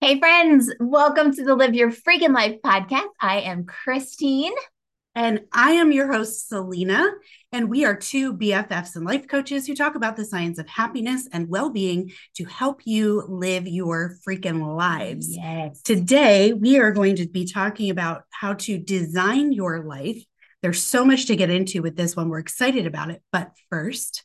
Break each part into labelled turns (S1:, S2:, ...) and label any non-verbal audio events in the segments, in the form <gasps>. S1: Hey, friends, welcome to the Live Your Freaking Life podcast. I am Christine.
S2: And I am your host, Selena, and we are two BFFs and life coaches who talk about the science of happiness and well being to help you live your freaking lives.
S1: Yes.
S2: Today, we are going to be talking about how to design your life. There's so much to get into with this one. We're excited about it. But first,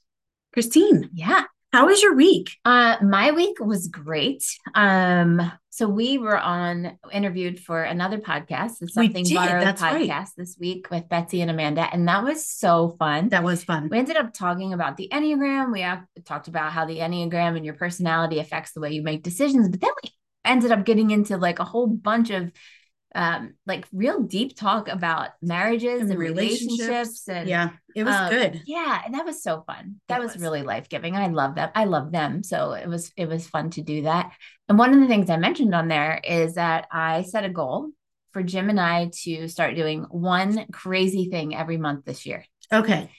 S2: Christine,
S1: Yeah.
S2: how was your week?
S1: Uh, my week was great. Um, so we were on interviewed for another podcast, the
S2: We
S1: Something
S2: did,
S1: Borrowed
S2: that's
S1: podcast
S2: right.
S1: this week with Betsy and Amanda, and that was so fun.
S2: That was fun.
S1: we ended up talking about the Enneagram. We ac- talked about how the Enneagram and your personality affects the way you make decisions. But then we ended up getting into like a whole bunch of um, like real deep talk about marriages and, relationships. and
S2: yeah, it was
S1: um,
S2: good.
S1: yeah, and that was so fun. That
S2: It
S1: was,
S2: was.
S1: really life giving. I love them. I love them. So it was it was fun to do that. And one of the things I mentioned on there is that I set a goal for Jim and I to start doing one crazy thing every month this year.
S2: Okay.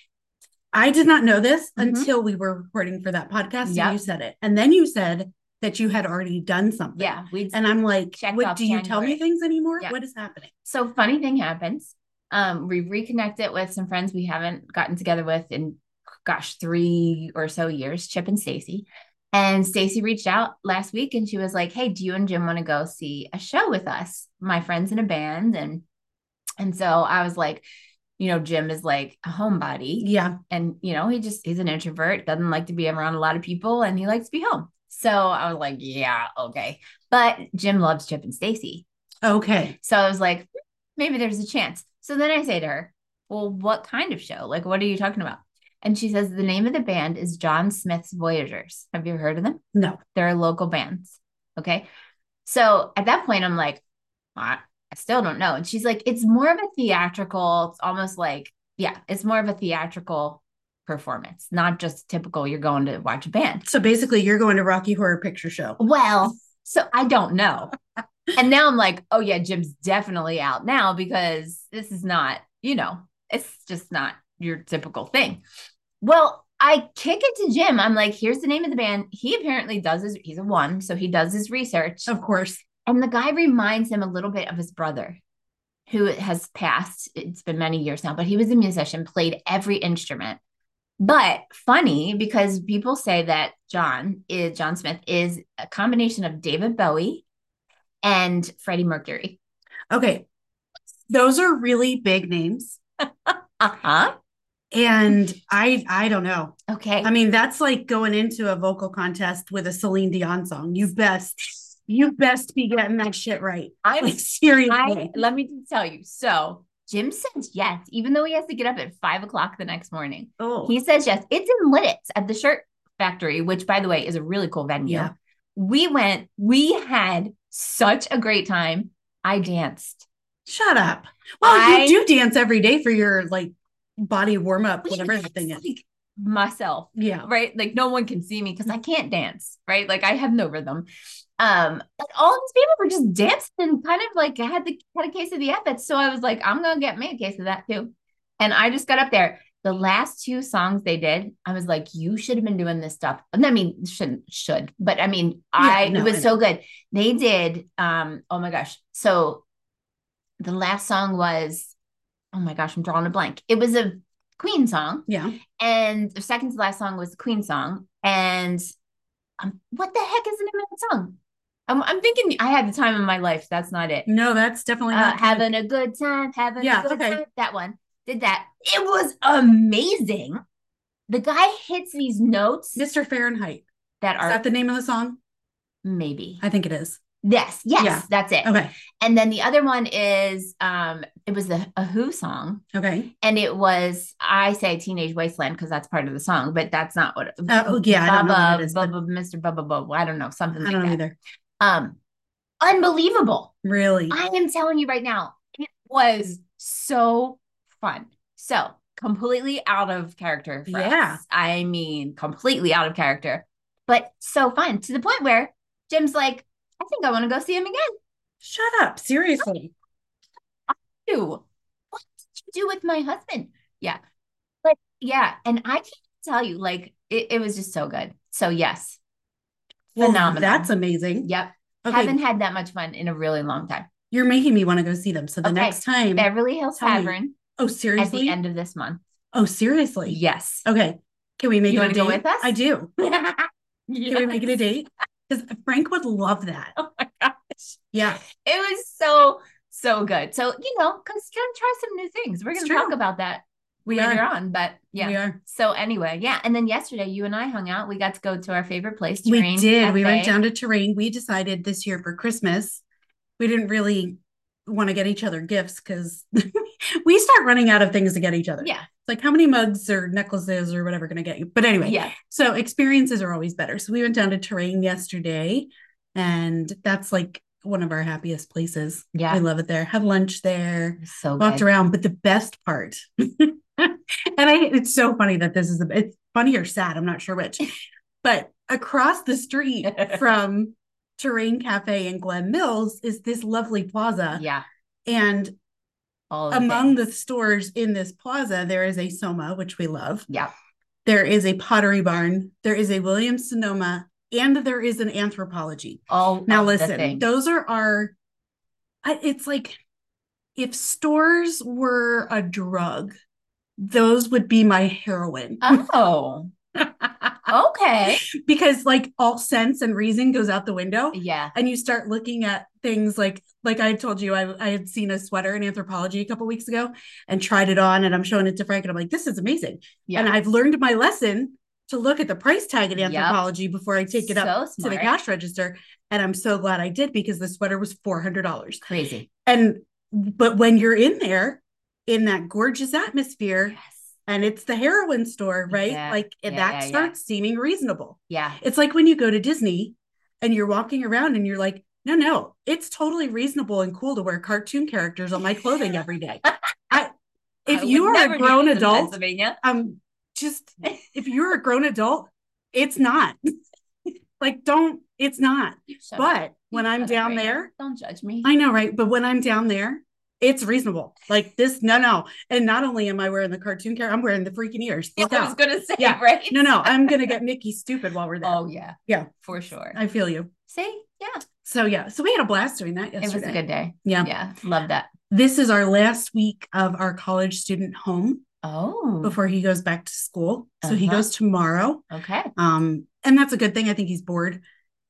S2: I did not know this
S1: Mhm.
S2: until we were recording for that podcast
S1: Yep.
S2: and you said it. And then you said that you had already done something.
S1: Yeah, we
S2: And I'm like,
S1: Checked off
S2: what do you tell me
S1: January.
S2: things anymore?
S1: Yeah.
S2: What is happening?
S1: so funny thing happens. Um, we reconnect it with some friends we haven't gotten together with in gosh, three or so years, Chip and Stacy. And Stacy reached out last week and she was like, Hey, do you and Jim want to go see a show with us? My friends in a band. And and so I was like, you know, Jim is like a homebody
S2: Yeah.
S1: and you know he just he's an introvert doesn't like to be around a lot of people and he likes to be home so i was like yeah okay but jim loves chip and stacy
S2: Okay.
S1: so i was like hmm, maybe there's a chance so then i say to her well what kind of show like what are you talking about and she says the name of the band is john smith's voyagers have you ever heard of them
S2: No.
S1: they're local bands okay so at that point i'm like I, I still don't know and she's like it's more of a theatrical it's almost like yeah it's more of a theatrical performance not just typical you're going to watch a band
S2: So basically, you're going to Rocky Horror Picture Show.
S1: well so i don't know and now i'm like oh yeah jim's definitely out now because this is not you know it's just not your typical thing well i kick it to jim i'm like here's the name of the band he apparently does his he's a one so he does his research
S2: Of course.
S1: and the guy reminds him a little bit of his brother, who has passed. It's been many years now, but he was a musician, played every instrument. But funny because people say that John is John Smith is a combination of David Bowie and Freddie Mercury.
S2: Okay. Those are really big names.
S1: Uh-huh.
S2: And I I don't know.
S1: Okay.
S2: I mean, that's like going into a vocal contest with a Celine Dion song. You best, you best be getting that shit right.
S1: I'm-
S2: Like seriously.
S1: I let me just tell you. So Jim says yes, even though he has to get up at five o'clock the next morning.
S2: oh.
S1: He says yes. It's in Lidditz at the Shirt Factory, which, by the way, is a really cool venue.
S2: Yeah.
S1: We went, we had such a great time. I danced.
S2: Shut up. Well,
S1: I-
S2: you do dance every day for your like body warm up, whatever the thing is.
S1: Like, myself,
S2: Yeah. Mm.
S1: right? Like no one can see me because I can't dance, right? Like I have no rhythm. Um, but all these people were just dancing and kind of like I had the had a case of the efforts. So I was like, I'm gonna get me a case of that too. And I just got up there. The last two songs they did, I was like, you should have been doing this stuff. And I mean, shouldn't should, but I mean, I it
S2: no, I
S1: was so good. They did um, oh my gosh. So the last song was, oh my gosh, I'm drawing a blank. It was a Queen song
S2: Yeah.
S1: and the second to last song was the Queen song. And um, what the heck is the name of that song? I'm, I'm thinking I had the time of my life. That's not it.
S2: No, that's definitely
S1: Uh,
S2: not.
S1: having a good time, having
S2: Yeah,
S1: a good
S2: okay.
S1: time. That one did that. It was amazing. The guy hits these notes
S2: Mr. Fahrenheit.
S1: that
S2: Is
S1: are
S2: that the name of the song?
S1: maybe.
S2: I think it is.
S1: Yes, yes,
S2: Yeah.
S1: that's it.
S2: Okay.
S1: And then the other one is um, it was the a Who song,
S2: Okay.
S1: and it was I say Teenage Wasteland because that's part of the song, but that's not what.
S2: Uh, oh, yeah. I don't know what
S1: Bubba,
S2: it is. but
S1: Bubba, Mr. Bubba, Bubba. I don't know, something
S2: I
S1: like
S2: don't know
S1: that.
S2: either.
S1: Um, unbelievable.
S2: Really.
S1: I am telling you right now, it was so fun. So completely out of character for
S2: Yeah.
S1: us. I mean, completely out of character, but so fun to the point where Jim's like, I think I want to go see him again
S2: Shut up. Seriously.
S1: do? What did you do with my husband? Yeah. But yeah, and I can't tell you, like, it, it was just so good. So yes.
S2: Well,
S1: Phenomenal.
S2: that's amazing.
S1: Yep.
S2: Okay.
S1: Haven't had that much fun in a really long time.
S2: You're making me want to go see them. So the
S1: Okay.
S2: next time.
S1: Beverly Hills
S2: Tell me.
S1: Tavern
S2: oh,
S1: at
S2: seriously?
S1: the end of this month.
S2: Oh, seriously? <laughs>
S1: Yes.
S2: Okay. Can we make
S1: You
S2: it a
S1: wanna go
S2: date?
S1: with us?
S2: I do. Can we
S1: Yes.
S2: make it a date? Because Frank would love that.
S1: Oh my gosh.
S2: Yeah.
S1: It was so, so good. So, you know, because you're going to try some new things. We're
S2: It's
S1: going to talk
S2: true.
S1: about that
S2: We
S1: later
S2: are.
S1: on. But yeah.
S2: We are.
S1: So, anyway, yeah. And then yesterday, you and I hung out. We got to go to our favorite place.
S2: We
S1: Terrain
S2: did. We went
S1: Cafe.
S2: down to terrain. We decided this year for Christmas, we didn't really want to get each other gifts because <laughs> we start running out of things to get each other.
S1: Yeah.
S2: It's like how many mugs or necklaces or whatever going to get you. But anyway,
S1: Yeah.
S2: so experiences are always better. So we went down to terrain yesterday, and that's like one of our happiest places.
S1: Yeah.
S2: I love it there. Had lunch there,
S1: so
S2: walked
S1: good.
S2: around. But the best part, <laughs> and I, it's so funny that this is the, it's funny or sad. I'm not
S1: <laughs>
S2: sure which, but across the street from Terrain Cafe in Glen Mills is this lovely plaza,
S1: Yeah.
S2: and
S1: All the
S2: among
S1: things.
S2: the stores in this plaza, there is a Soma, which we love.
S1: Yeah.
S2: There is a Pottery Barn. There is a Williams Sonoma, and there is an Anthropology.
S1: All
S2: Now,
S1: of the
S2: listen,
S1: things.
S2: those are our. I- It's like if stores were a drug, those would be my heroin. <laughs>
S1: Oh, okay.
S2: because like all sense and reason goes out the window.
S1: Yeah.
S2: and you start looking at things like like I told you I, I had seen a sweater in anthropology a couple weeks ago and tried it on and I'm showing it to Frank and I'm like this is amazing
S1: Yeah.
S2: and I've learned my lesson to look at the price tag in
S1: Yep.
S2: anthropology before I take it up
S1: so
S2: to
S1: smart.
S2: the cash register and I'm so glad I did because the sweater was $400
S1: Crazy.
S2: and but when you're in there in that gorgeous atmosphere
S1: Yes.
S2: and it's the heroin store right
S1: Yeah.
S2: like and
S1: Yeah,
S2: that
S1: yeah, yeah.
S2: starts seeming reasonable
S1: Yeah.
S2: it's like when you go to Disney and you're walking around and you're like, no, no, it's totally reasonable and cool to wear cartoon characters on my clothing
S1: <laughs>
S2: every day. I, if
S1: I
S2: you
S1: would
S2: are
S1: never
S2: a
S1: do
S2: grown
S1: this in
S2: adult,
S1: Pennsylvania.
S2: um,
S1: <laughs>
S2: just if you're a grown adult, it's not <laughs> like don't it's not.
S1: Shut up.
S2: But when
S1: You
S2: I'm
S1: shut up
S2: down
S1: right now.
S2: there,
S1: don't judge me.
S2: I know, right? But when I'm down there, it's reasonable. Like this, no, no, and not only am I wearing the cartoon character, I'm wearing the freaking ears.
S1: Yeah,
S2: Look
S1: I was
S2: out.
S1: gonna say,
S2: Yeah.
S1: right?
S2: No, no, I'm gonna get Mickey stupid while we're there.
S1: Oh yeah.
S2: Yeah.
S1: For sure.
S2: I feel you.
S1: See? Yeah.
S2: So yeah, so we had a blast doing that yesterday.
S1: It was a good day.
S2: Yeah.
S1: Yeah. Love that.
S2: This is our last week of our college student home
S1: Oh.
S2: before he goes back to school. So he
S1: Uh-huh.
S2: goes tomorrow.
S1: okay.
S2: Um, and that's a good thing. I think he's bored,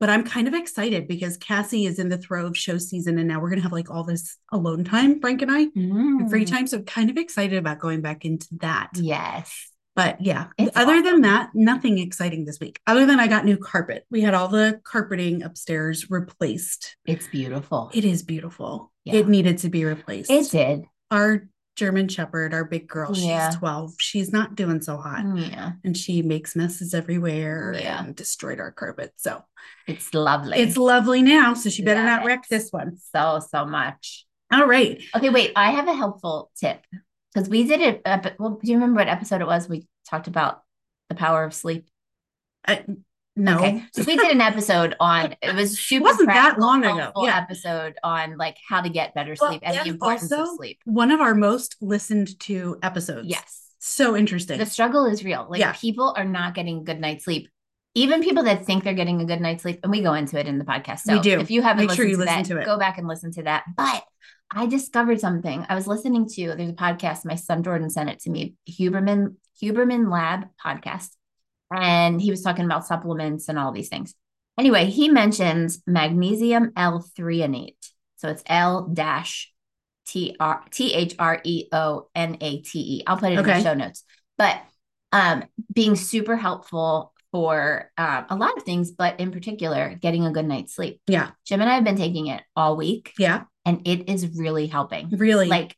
S2: but I'm kind of excited because Cassie is in the throw of show season and now we're gonna have like all this alone time, Frank and I, and free
S1: Mm.
S2: time. So I'm kind of excited about going back into that.
S1: Yes.
S2: But yeah,
S1: It's
S2: other
S1: awesome.
S2: than that, nothing exciting this week. Other than I got new carpet. We had all the carpeting upstairs replaced.
S1: It's beautiful. It,
S2: It is beautiful.
S1: Yeah.
S2: It needed to be replaced.
S1: did.
S2: our German Shepherd, our big girl,
S1: Yeah.
S2: she's 12. She's not doing so hot
S1: Mm, Yeah.
S2: and she makes messes everywhere
S1: Yeah.
S2: and destroyed our carpet. So
S1: It's lovely.
S2: it's lovely now. So she better
S1: Love
S2: not
S1: it.
S2: wreck this one.
S1: so so much.
S2: All right.
S1: Okay, wait. I have a helpful tip because we did it. Uh, well, do you remember what episode it was? We talked about the power of sleep.
S2: I, Uh, no,
S1: Okay, so we did an episode on it
S2: <laughs>
S1: was
S2: it
S1: super
S2: wasn't that
S1: practical,
S2: long ago.
S1: helpful
S2: Yeah.
S1: episode on like how to get better
S2: Well,
S1: sleep and
S2: and
S1: the importance
S2: also-
S1: of sleep.
S2: One of our most listened to episodes.
S1: Yes,
S2: So interesting.
S1: the struggle is real. Like
S2: Yeah.
S1: people are not getting good night's sleep. Even people that think they're getting a good night's sleep, and we go into it in the podcast. So
S2: We do.
S1: If you haven't
S2: Make
S1: listened,
S2: sure you
S1: to,
S2: listen
S1: that,
S2: to it.
S1: go back and listen to that. But I discovered something. I was listening to there's a podcast. My son Jordan sent it to me. Huberman Huberman Lab podcast, and he was talking about supplements and all these things. Anyway, he mentions magnesium L threonate. So it's L dash T R T H R E O N A T E. I'll put it in
S2: Okay.
S1: the show notes. But um, being super helpful for um, a lot of things, but in particular, getting a good night's sleep.
S2: Yeah.
S1: Jim and I have been taking it all week,
S2: yeah,
S1: and it is really helping.
S2: really.
S1: Like,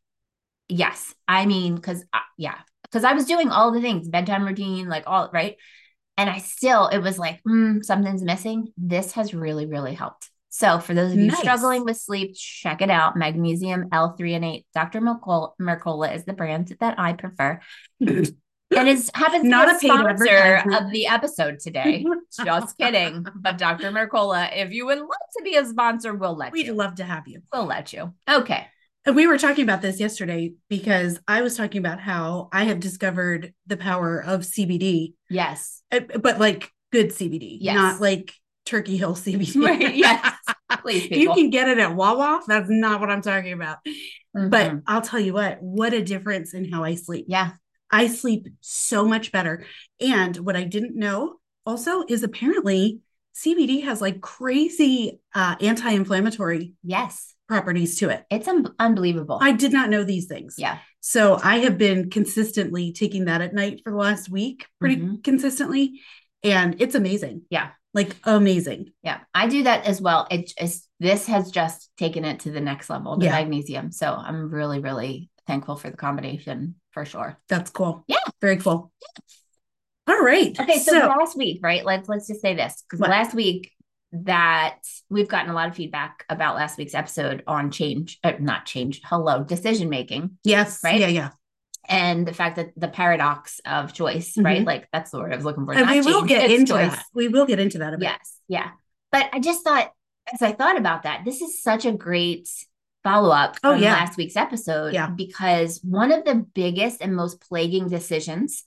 S1: yes, I mean, because yeah, because I was doing all the things, bedtime routine, like all right, and I still it was like mm, something's missing. This has really, really helped. So for those of you
S2: Nice.
S1: struggling with sleep, check it out. Magnesium L3 and 8. Dr. Mercola, Mercola is the brand that I
S2: <laughs>
S1: prefer. And is happens to
S2: Not
S1: be
S2: a
S1: a
S2: paid
S1: sponsor
S2: advertisement.
S1: of the episode today. Just
S2: <laughs>
S1: kidding. But Dr. Mercola, if you would like to be a sponsor, we'll let
S2: We'd
S1: you.
S2: love to have you.
S1: we'll let you. Okay.
S2: And we were talking about this yesterday because I was talking about how I have discovered the power of CBD
S1: Yes.
S2: Uh, but eh, like good CBD,
S1: Yes.
S2: not like Turkey Hill <laughs> CBD.
S1: <laughs> Right, yes. Please, people.
S2: you can get it at Wawa. That's not what I'm talking about. But
S1: Mhm.
S2: I'll tell you what, what a difference in how I sleep.
S1: yeah,
S2: I sleep so much better. And what I didn't know also is apparently CBD has like crazy uh, anti inflammatory
S1: yes,
S2: properties to it.
S1: it's un- unbelievable.
S2: I did not know these things.
S1: yeah,
S2: So I have been consistently taking that at night for the last week, pretty
S1: Mhm.
S2: consistently. And it's amazing.
S1: Yeah.
S2: Like amazing.
S1: yeah, I do that as well. It just this has just taken it to the next level, the
S2: Yeah.
S1: magnesium. So I'm really, really thankful for the combination for sure.
S2: That's cool.
S1: Yeah.
S2: Very cool. All right.
S1: Okay, so, last week, right? Let's let's just say this because
S2: What?
S1: last week that we've gotten a lot of feedback about last week's episode on change, uh, not change, hello, decision making.
S2: yes.
S1: right?
S2: Yeah. Yeah.
S1: and the fact that the paradox of choice, right?
S2: Mhm.
S1: Like that's the word I was looking for.
S2: And
S1: not
S2: we will
S1: change,
S2: get
S1: it's
S2: into
S1: choice.
S2: that. We will get into that. A bit.
S1: Yes, yeah. But I just thought, as I thought about that, this is such a great follow up
S2: Oh,
S1: from
S2: yeah.
S1: last week's episode
S2: Yeah.
S1: because one of the biggest and most plaguing decisions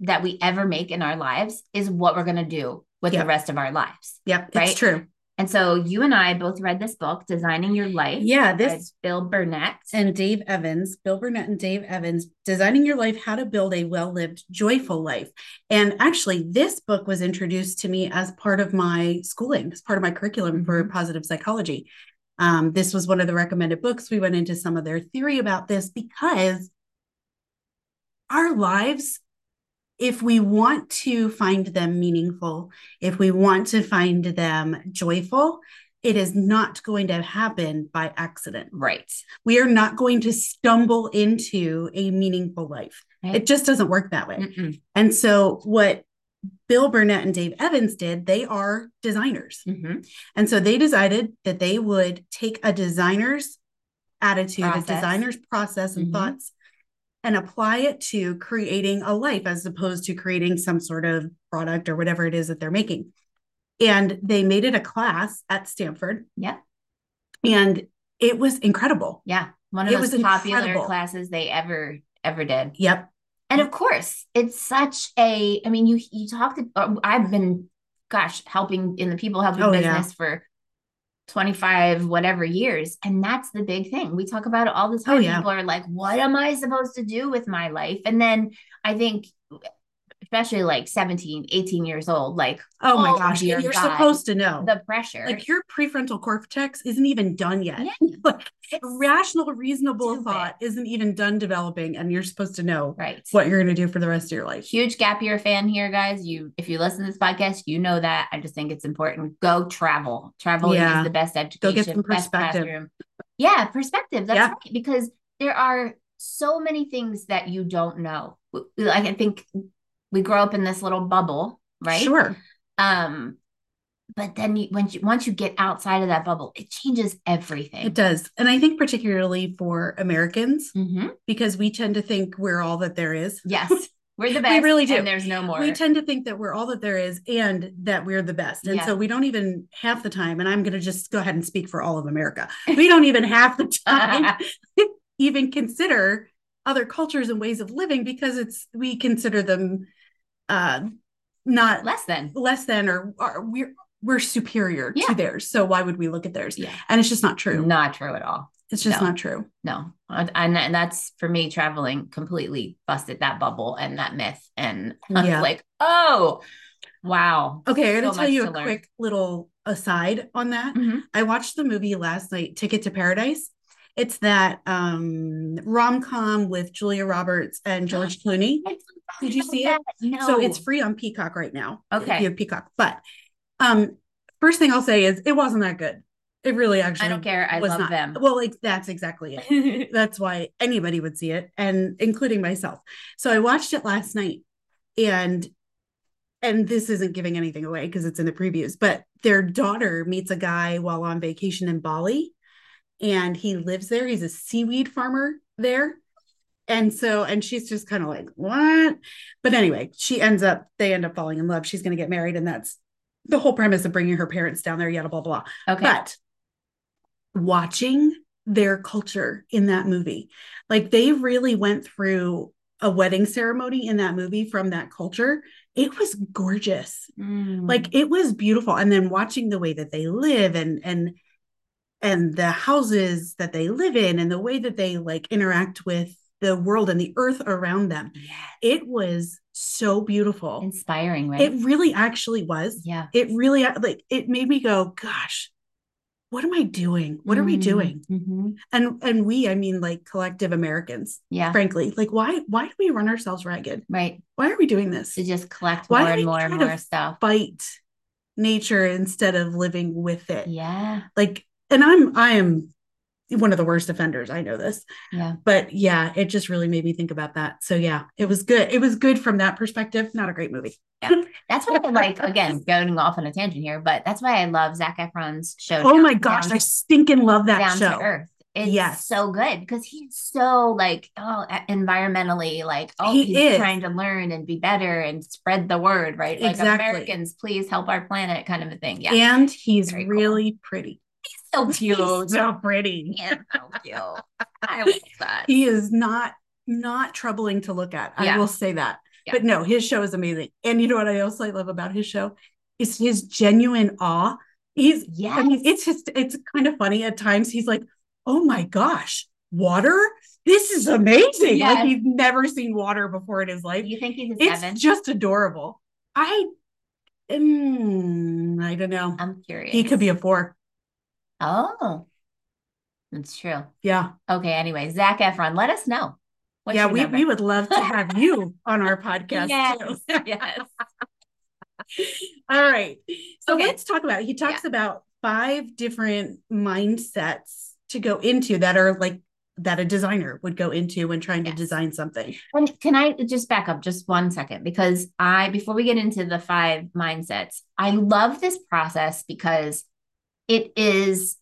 S1: that we ever make in our lives is what we're going to do with
S2: Yeah.
S1: the rest of our lives.
S2: Yep. It's
S1: Right?
S2: true.
S1: And so you and I both read this book, Designing Your Life.
S2: Yeah.
S1: by
S2: This
S1: Bill Burnett.
S2: and Dave Evans, Bill Burnett and Dave Evans, Designing Your Life How to Build a Well Lived, Joyful Life. And actually, this book was introduced to me as part of my schooling, as part of my curriculum for positive psychology. Um, this was one of the recommended books. We went into some of their theory about this because our lives, if we want to find them meaningful, if we want to find them joyful, it is not going to happen by accident
S1: right.
S2: we are not going to stumble into a meaningful life.
S1: Right. Mm-hmm.
S2: It just doesn't work that way.
S1: Mm-mm.
S2: And so, what Bill Burnett and Dave Evans did, they are designers.
S1: Mhm.
S2: And so, they decided that they would take a designer's attitude,
S1: Process.
S2: a designer's process and
S1: Mhm.
S2: thoughts, and apply it to creating a life as opposed to creating some sort of product or whatever it is that they're making. And they made it a class at Stanford.
S1: Yep.
S2: And it was incredible.
S1: Yeah, one of
S2: It
S1: those
S2: was
S1: popular
S2: incredible.
S1: classes they ever ever did.
S2: Yep.
S1: And of course, it's such a. I mean, you you talked. uh, I've been, gosh, helping in the people helping
S2: Oh, yeah.
S1: business for twenty five whatever years, and that's the big thing we talk about it all the time.
S2: Oh, yeah.
S1: People are like, "What am I supposed to do with my life?" And then I think, especially like 17, 18 years old, like
S2: Oh my
S1: Oh,
S2: gosh.
S1: dear
S2: and you're
S1: God.
S2: supposed to know.
S1: the pressure.
S2: Oh. like your prefrontal cortex isn't even done yet.
S1: yeah,
S2: <laughs> Like
S1: it's-
S2: rational, reasonable
S1: Stupid.
S2: thought isn't even done developing, and you're supposed to know
S1: right.
S2: what you're going to do for the rest of your life.
S1: huge gap year fan here, guys. You, if you listen to this podcast, you know that. I just think it's important. Go travel. Travel
S2: Yeah.
S1: is the best education.
S2: Go get some
S1: best
S2: perspective.
S1: classroom. Yeah, perspective. That's
S2: Yeah.
S1: right. Because there are so many things that you don't know. W- Like I think we grow up in this little bubble, right?
S2: Sure.
S1: Um, but then you, once you once you get outside of that bubble, it changes everything.
S2: It does. And I think, particularly for Americans,
S1: hmm
S2: because we tend to think we're all that there is. <laughs>
S1: Yes, we're the
S2: We
S1: best.
S2: really do.
S1: And there's no more. <laughs>
S2: We tend to think that we're all that there is and that we're the best. And
S1: Yeah.
S2: so we don't even half the time, and I'm going to just go ahead and speak for all
S1: <laughs>
S2: of America. We don't even half the time even consider other cultures and ways of living because it's we consider them uh not
S1: Less than.
S2: less than or, or we're we're superior
S1: Yeah.
S2: to theirs so why would we look at theirs
S1: Yeah.
S2: and it's just not true
S1: Not true at all.
S2: it's just
S1: No.
S2: not true
S1: no and, and that- that's for me traveling completely busted that bubble and that myth and i was
S2: Yeah.
S1: like oh wow
S2: okay i'm
S1: So
S2: going to tell
S1: much
S2: you
S1: to
S2: a
S1: learn.
S2: quick little aside on that
S1: Mhm.
S2: i watched the movie last night ticket to paradise it's that um rom-com with julia roberts
S1: <gasps>
S2: and george clooney Did you see it?
S1: <laughs> no
S2: So it's free on Peacock right now.
S1: Okay.
S2: If you have Peacock. But um first thing I'll say is it wasn't that good. It really actually
S1: i don't care i
S2: was
S1: love
S2: not.
S1: them <laughs>
S2: Well, like that's exactly it. That's why anybody would see it and including myself. So I watched it last night and and this isn't giving anything away because it's in the previews, but their daughter meets a guy while on vacation in Bali and he lives there. He's a seaweed farmer there. And so, and she's just kind of like, what? But anyway, she ends up, they end up falling in love. She's going to get married. And that's the whole premise of bringing her parents down there, yada, blah, blah.
S1: okay
S2: But watching their culture in that movie, like they really went through a wedding ceremony in that movie from that culture. It was gorgeous.
S1: Mm.
S2: Like it was beautiful. And then watching the way that they live and and and the houses that they live in and the way that they like interact with the world and the earth around them.
S1: yeah.
S2: It was so beautiful.
S1: inspiring, right?
S2: It really actually was.
S1: yeah.
S2: It really uh, like it made me go, gosh, what am I doing? What are we
S1: Mm.
S2: doing?
S1: Mhm.
S2: And and we, I mean like collective Americans,
S1: Yeah.
S2: frankly. Like why why do we run ourselves ragged?
S1: Right.
S2: Why are we doing this?
S1: To just collect
S2: Why
S1: more
S2: do
S1: and
S2: we
S1: more and
S2: try to
S1: more stuff.
S2: Fight nature instead of living with it.
S1: Yeah.
S2: Like and I'm I am one of the worst offenders. I know this.
S1: Yeah.
S2: But yeah, it just really made me think about that. So yeah, it was good. It was good from that perspective. Not a great movie. <laughs>
S1: That's why I like, again, going off on a tangent here, but that's why I love Zach Efron's show.
S2: Oh
S1: Down-
S2: my gosh,
S1: Down,
S2: I stinking love that
S1: down to
S2: show.
S1: earth. It's
S2: Yes.
S1: so good because he's so like, oh, a- environmentally, like, oh,
S2: He
S1: he's
S2: is.
S1: trying to learn and be better and spread the word, right? Like,
S2: Exactly.
S1: Americans, please help our planet kind of a thing. Yeah.
S2: And he's
S1: Very cool.
S2: really pretty.
S1: so cute.
S2: He's so pretty.
S1: Yeah, so cute. I love that.
S2: He is not not troubling to look at. I
S1: Yeah.
S2: will say that.
S1: Yeah.
S2: But no, his show is amazing. And you know what I also love about his show is his genuine awe. He's
S1: Yes.
S2: I mean, it's just it's kind of funny at times. He's like, "Oh my gosh, water! This is amazing!"
S1: Yes.
S2: Like he's never seen water before in his life.
S1: you think he's a
S2: It's
S1: seven?
S2: just adorable. I, mm, I don't know.
S1: I'm curious.
S2: He could be a four.
S1: Oh, that's true.
S2: Yeah,
S1: Okay. Anyway, Zach Efron, let us know. What's
S2: yeah.
S1: your
S2: We,
S1: number?
S2: we would love to
S1: <laughs>
S2: have you on our podcast
S1: Yes.
S2: too.
S1: <laughs>
S2: <laughs>
S1: yes.
S2: All right. So
S1: Okay.
S2: let's talk about. He talks about five different mindsets to go into that are like that a designer would go into when trying
S1: Yes.
S2: to design something.
S1: And can I just back up just one second? Because I, before we get into the five mindsets, I love this process because it is,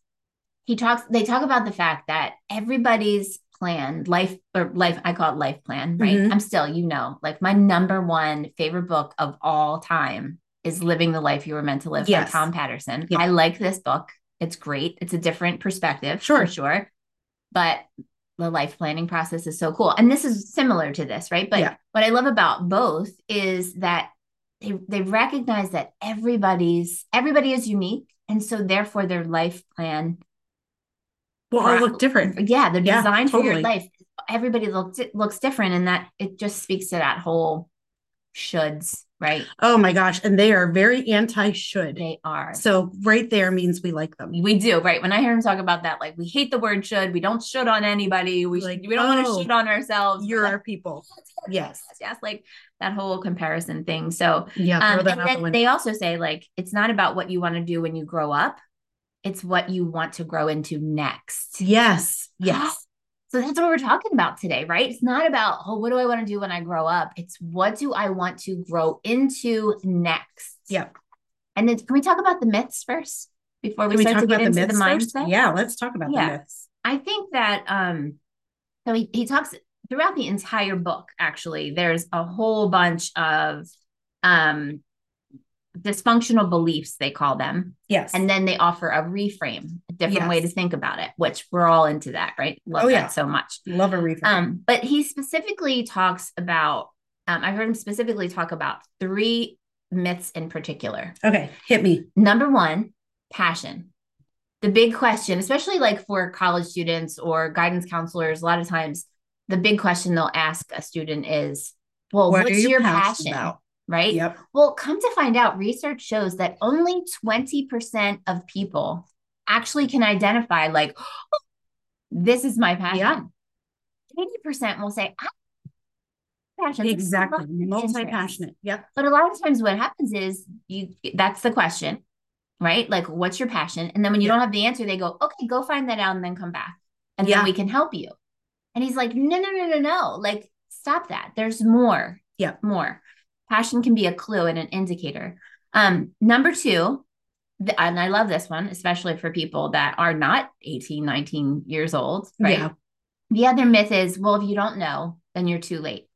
S1: he talks, they talk about the fact that everybody's plan, life or life, I call it life plan, right?
S2: Mhm.
S1: I'm still, you know, like my number one favorite book of all time is Living the Life You Were Meant to Live
S2: Yes.
S1: by Tom Patterson.
S2: Yeah.
S1: I like this book. It's great. It's a different perspective,
S2: Sure.
S1: for sure. But the life planning process is so cool. And this is similar to this, right? But
S2: Yeah.
S1: what I love about both is that they, they recognize that everybody's everybody is unique. And so therefore their life plan,
S2: Well, all
S1: Pro-
S2: look different.
S1: yeah, the
S2: Yeah,
S1: design for your
S2: totally.
S1: life, everybody looks looks different. And that it just speaks to that whole shoulds, right?
S2: Oh my gosh, and they are very anti should.
S1: They are.
S2: So right there means we like them.
S1: we do, right? When I hear him talk about that, like we hate the word should, we don't should on anybody, we
S2: Like,
S1: should, we don't want to
S2: oh,
S1: should on ourselves.
S2: You're
S1: Like,
S2: our people. Yes.
S1: yes, like that whole comparison thing. So,
S2: Yeah. Throw
S1: um, and
S2: that out the
S1: then
S2: window.
S1: they also say like it's not about what you want to do when you grow up; it's what you want to grow into next.
S2: yes.
S1: <gasps>
S2: Yes.
S1: So that's what we're talking about today, right? It's not about oh, what do I want to do when I grow up? It's what do I want to grow into next?
S2: Yep.
S1: And then can we talk about the myths first before we
S2: Can we
S1: start
S2: talk
S1: to get
S2: about the
S1: into
S2: myths
S1: the
S2: first?
S1: mindset?
S2: Yeah, let's talk about
S1: Yeah.
S2: the myths.
S1: I think that um so he, he talks throughout the entire book actually there's a whole bunch of um dysfunctional beliefs they call them
S2: Yes.
S1: and then they offer a reframe a different way to
S2: Yes.
S1: think about it which we're all into that right love
S2: Oh,
S1: that
S2: yeah.
S1: so much
S2: love a reframe.
S1: um but he specifically talks about um I've heard him specifically talk about three myths in particular
S2: okay, hit me.
S1: number one passion the big question especially like for college students or guidance counselors a lot of times the big question they'll ask a student is well
S2: What are
S1: what's
S2: you
S1: your
S2: passionate
S1: passion
S2: about?
S1: right
S2: Yep.
S1: well come to find out research shows that only 20% of people actually can identify like <gasps> this is my passion
S2: Yeah.
S1: 80% will say I passion
S2: Exactly. Multi
S1: interest.
S2: passionate. Yep.
S1: but a lot of times what happens is you that's the question, right? Like what's your passion? And then when you
S2: Yeah.
S1: don't have the answer, they go, "Okay, go find that out and then come back. And
S2: Yeah.
S1: then we can help you." And he's like, "No, no, no, no, no. Like stop that. There's more."
S2: Yeah.
S1: More. Passion can be a clue and an indicator. Um number 2, th- and I love this one, especially for people that are not 18, 19 years old, right?
S2: Yeah.
S1: The other myth is, well, if you don't know, then you're too late.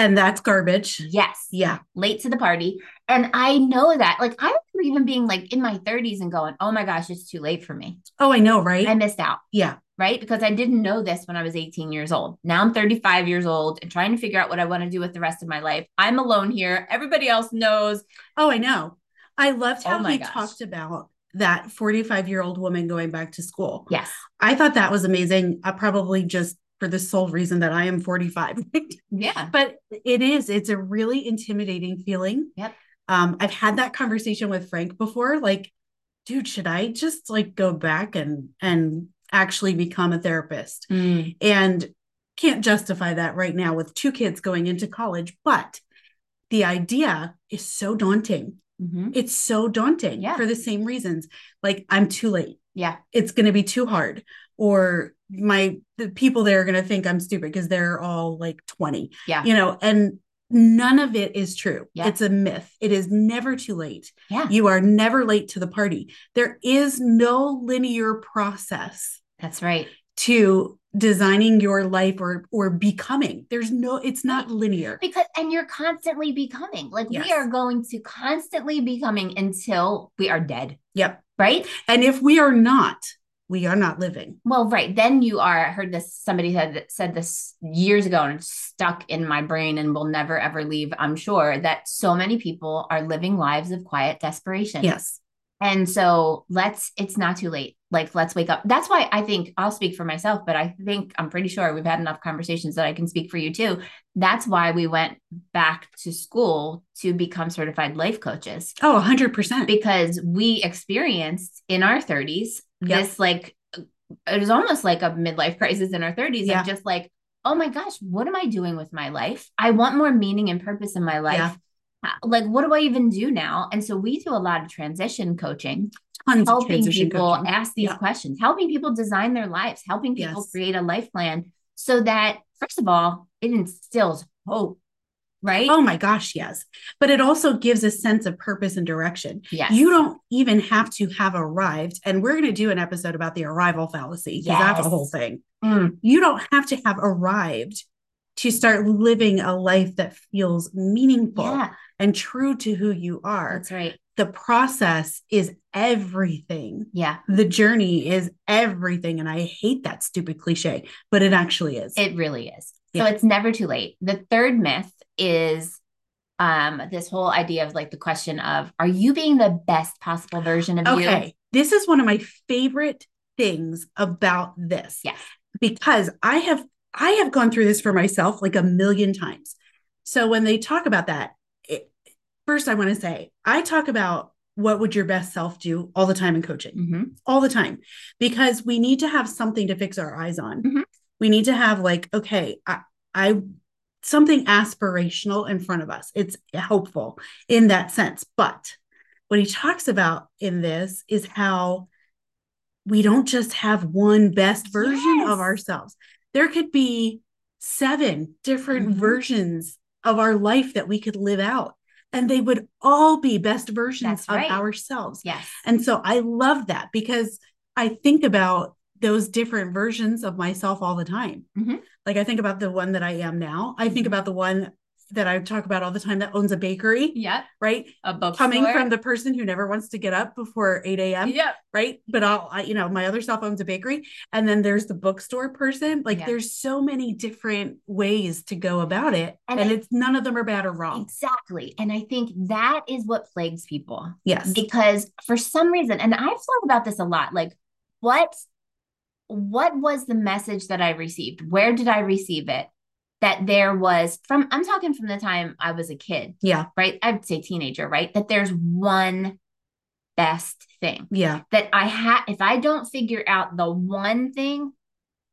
S2: And that's garbage.
S1: Yes
S2: Yeah.
S1: late to the party. And I know that, like, I remember even being like in my 30s and going, oh my gosh, it's too late for me.
S2: Oh, I know, right?
S1: I missed out.
S2: yeah.
S1: right? Because I didn't know this when I was 18 years old. Now I'm 35 years old and trying to figure out what I want to do with the rest of my life. I'm alone here. Everybody else knows.
S2: Oh, I know. I loved
S1: Oh
S2: how
S1: my
S2: he
S1: gosh.
S2: talked about that 45 year old woman going back to school.
S1: Yes.
S2: I thought that was amazing. Uh, probably just for the sole reason that I am 45.
S1: Yeah.
S2: <laughs> but it is, it's a really intimidating feeling.
S1: Yep.
S2: Um, I've had that conversation with Frank before. Like, dude, should I just like go back and and actually become a therapist?
S1: Mm-hmm.
S2: and can't justify that right now with two kids going into college but the idea is so daunting
S1: Mhm.
S2: it's so daunting
S1: Yeah.
S2: for the same reasons like i'm too late
S1: Yeah.
S2: it's going to be too hard or my the people there are going to think i'm stupid because they're all like 20
S1: Yeah.
S2: you know and none of it is true
S1: Yeah.
S2: it's a myth it is never too late
S1: Yeah.
S2: you are never late to the party there is no linear process
S1: That's right.
S2: to designing your life or or becoming there's no it's not linear
S1: Because, and you're constantly becoming. Like
S2: Yes.
S1: we are going to constantly becoming until we are dead.
S2: yep
S1: Right.
S2: and if we are not we are not living
S1: Well, right. Then you are. I heard this. Somebody had said this years ago, and it's stuck in my brain, and will never ever leave. I'm sure that so many people are living lives of quiet desperation.
S2: yes
S1: And so let's, it's not too late. Like, let's wake up. That's why I think I'll speak for myself, but I think I'm pretty sure we've had enough conversations that I can speak for you too. That's why we went back to school to become certified life coaches
S2: oh 100%
S1: because we experienced in our 30s
S2: Yeah.
S1: this like, it was almost like a midlife crisis in our 30s
S2: Yeah.
S1: of just like, oh my gosh, what am I doing with my life? I want more meaning and purpose in my life.
S2: Yeah.
S1: Uh, Like, what do I even do now? And so we do a lot of transition coaching
S2: tons of
S1: helping
S2: transition
S1: people
S2: coaching.
S1: ask these
S2: Yeah.
S1: questions, helping people design their lives, helping people
S2: Yes.
S1: create a life plan so that, first of all, it instills hope, right?
S2: oh my gosh yes but it also gives a sense of purpose and direction
S1: yes.
S2: you don't even have to have arrived and we're going to do an episode about the arrival fallacy because that's a
S1: Yes.
S2: whole thing
S1: Mm,
S2: you don't have to have arrived to start living a life that feels meaningful
S1: yeah,
S2: and true to who you are.
S1: that's right.
S2: The process is everything.
S1: Yeah,
S2: The journey is everything. And I hate that stupid cliche, but it actually is.
S1: it really is.
S2: Yeah.
S1: So it's never too late. The third myth is um this whole idea of like the question of are you being the best possible version of
S2: okay.
S1: you?
S2: This is one of my favorite things about this.
S1: Yes.
S2: Because I have I have gone through this for myself like a million times. So when they talk about that, it, first I want to say I talk about what would your best self do all the time in coaching.
S1: Mhm.
S2: all the time because we need to have something to fix our eyes on.
S1: Mhm.
S2: We need to have like, okay, I, I something aspirational in front of us. It's helpful in that sense. But what he talks about in this is how we don't just have one best version
S1: Yes.
S2: of ourselves. There could be seven different
S1: Mhm.
S2: versions of our life that we could live out, and they would all be best versions
S1: That's
S2: of
S1: right.
S2: ourselves.
S1: Yes.
S2: And so I love that because I think about those different versions of myself all the time.
S1: Mhm.
S2: Like I think about the one that I am now. I think about the one that I talk about all the time that owns a bakery,
S1: Yep.
S2: right?
S1: Above
S2: Coming from the person who never wants to get up before 8 a.m.,
S1: Yep.
S2: right? But I'll, I, you know, my other self owns a bakery. And then there's the bookstore person. Like
S1: Yeah.
S2: there's so many different ways to go about it.
S1: And
S2: And,
S1: I-
S2: it's none of them are bad or wrong.
S1: Exactly. And I think that is what plagues people.
S2: Yes.
S1: because for some reason and i've thought about this a lot like what what was the message that i received where did i receive it that there was from i'm talking from the time i was a kid
S2: Yeah.
S1: right i'd say teenager right that there's one best thing
S2: Yeah.
S1: that i had if i don't figure out the one thing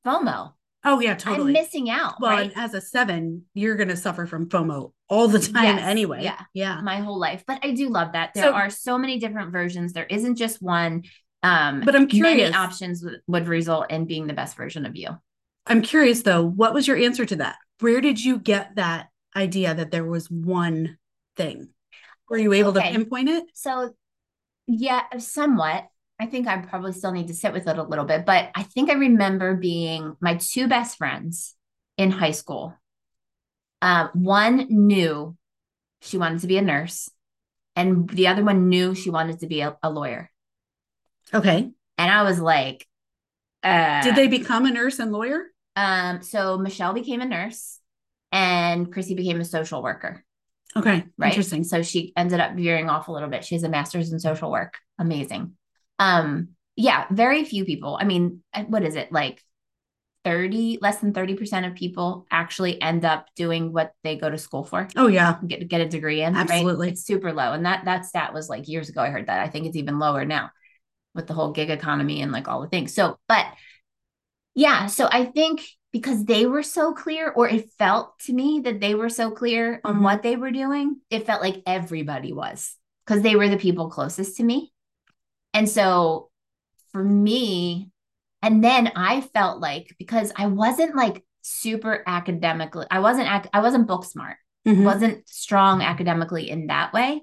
S1: fomo
S2: Oh, yeah, totally.
S1: i'm missing out
S2: Well,
S1: right
S2: and as a seven, you're going to suffer from FOMO all the time
S1: Yes,
S2: anyway.
S1: yeah.
S2: Yeah.
S1: my whole life but i do love that there
S2: So-
S1: are so many different versions there isn't just one um
S2: But I'm
S1: many
S2: curious.
S1: options would- would result in being the best version of you.
S2: I'm curious though, what was your answer to that? Where did you get that idea that there was one thing? Were you able
S1: Okay.
S2: to pinpoint it?
S1: So, yeah, somewhat. I think I probably still need to sit with it a little bit, but I think I remember being my two best friends in high school. Uh, one knew she wanted to be a nurse, and the other one knew she wanted to be a, a lawyer.
S2: Okay.
S1: And I was like, uh,
S2: Did they become a nurse and lawyer?
S1: Um, so Michelle became a nurse and Chrissy became a social worker.
S2: Okay.
S1: Right.
S2: Interesting.
S1: So she ended up veering off a little bit. She has a master's in social work. Amazing. Um, yeah, very few people. I mean, uh, what is it like 30, less than 30% of people actually end up doing what they go to school for,
S2: Oh yeah.
S1: get, get a degree in. right?
S2: Absolutely.
S1: It's super low. And that, that stat was like years ago. I heard that. I think it's even lower now with the whole gig economy and like all the things. So, but yeah, so I think because they were so clear, or it felt to me that they were so clear on
S2: Mhm.
S1: what they were doing, it felt like everybody was because they were the people closest to me. And so for me, and then I felt like because I wasn't like super academically, I wasn't, ac- I wasn't book smart
S2: Mhm.
S1: wasn't strong academically in that way.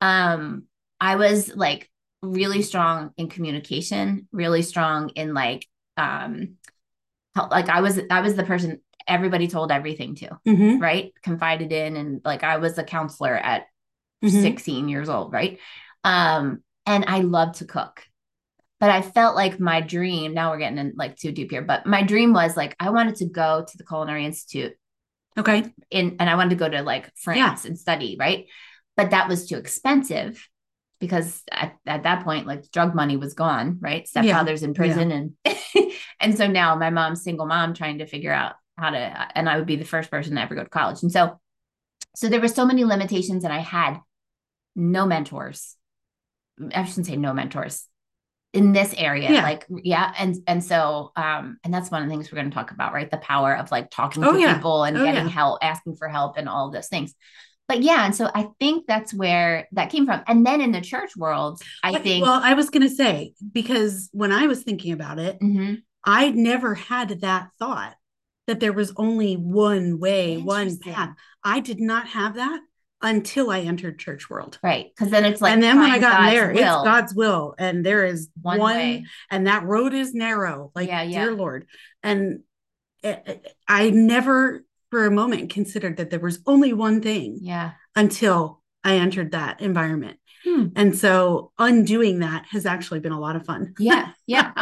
S1: Um, I was like really strong in communication, really strong in like um how- like I was I was the person everybody told everything to,
S2: Mhm.
S1: right? Confided in and like I was a counselor at
S2: Mhm.
S1: 16 years old, right? Um, and I love to cook. But I felt like my dream, now we're getting in like too deep here, but my dream was like I wanted to go to the culinary institute
S2: Okay.
S1: in and I wanted to go to like France and study, right? But that was too expensive because at, at that point, like drug money was gone, right?
S2: Yeah.
S1: Stepfather's in prison and <laughs> and so now my mom's single mom trying to figure out how to and I would be the first person to ever go to college. And so so there were so many limitations and I had no mentors. I shouldn't say no mentors in this area.
S2: Yeah.
S1: Like yeah. And and so um and that's one of the things we're going to talk about, right? The power of like talking
S2: Oh,
S1: to
S2: yeah.
S1: people and
S2: Oh,
S1: getting
S2: yeah.
S1: help, asking for help and all of those things. But yeah, and so I think that's where that came from. And then in the church world, I
S2: Like,
S1: think
S2: Well, I was going to say, because when I was thinking about it,
S1: Mhm.
S2: I never had that thought that there was only one way, one
S1: Interesting.
S2: path. I did not have that until I entered church world.
S1: right. Cause then it's like
S2: and then when I
S1: find
S2: got
S1: God's
S2: there, it's
S1: will,
S2: God's will. And there is
S1: one,
S2: one,
S1: way.
S2: and that road is narrow. Like,
S1: Yeah, yeah.
S2: dear Lord. And it, it- I never for a moment considered that there was only one thing
S1: Yeah.
S2: until I entered that environment.
S1: Hmm.
S2: And so undoing that has actually been a lot of fun.
S1: Yeah.
S2: <laughs>
S1: Yeah.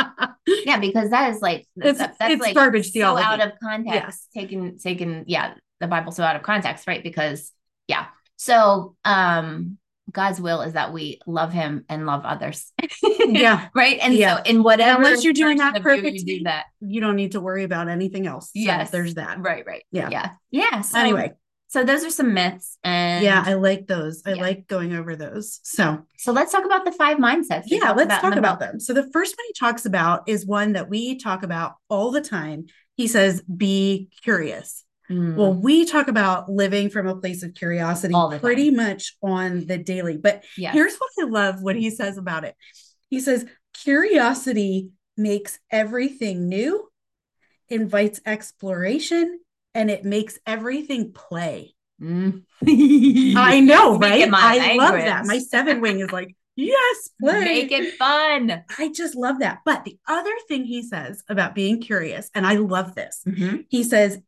S1: yeah. Because that is like
S2: it's
S1: that- that's
S2: it's
S1: like
S2: garbage
S1: so
S2: theology.
S1: out of context taken taken yeah the bible so out of context right because yeah so um god's will is that we love him and love others
S2: <laughs> yeah,
S1: <laughs> right and
S2: Yeah.
S1: so in whatever
S2: Unless you're doing
S1: version
S2: that
S1: of you, you
S2: perfectly.
S1: do that
S2: you don't need to worry about anything else. So
S1: Yes.
S2: there's that.
S1: right right
S2: Yeah.
S1: yeah yeah so
S2: anyway,
S1: so those are some myths and
S2: yeah, I like those. I
S1: Yeah.
S2: like going over those. So
S1: so let's talk about the five mindsets we
S2: yeah,
S1: talked
S2: let's
S1: in
S2: talk
S1: the
S2: about
S1: book.
S2: them. So the first one he talks about is one that we talk about all the time. He says, "Be curious."
S1: Mm.
S2: Well, we talk about living from a place of curiosity
S1: All the time.
S2: pretty much on the daily. But
S1: yeah
S2: Here's what I love what he says about it. He says, curiosity makes everything new, invites exploration, and it makes everything play.
S1: Mm.
S2: <laughs> I know,
S1: Speaking
S2: right?
S1: my
S2: I love
S1: language.
S2: that. My seven wing is like, yes, play.
S1: <laughs> make it fun
S2: I just love that. But the other thing he says about being curious, and I love this,
S1: Mhm.
S2: he says,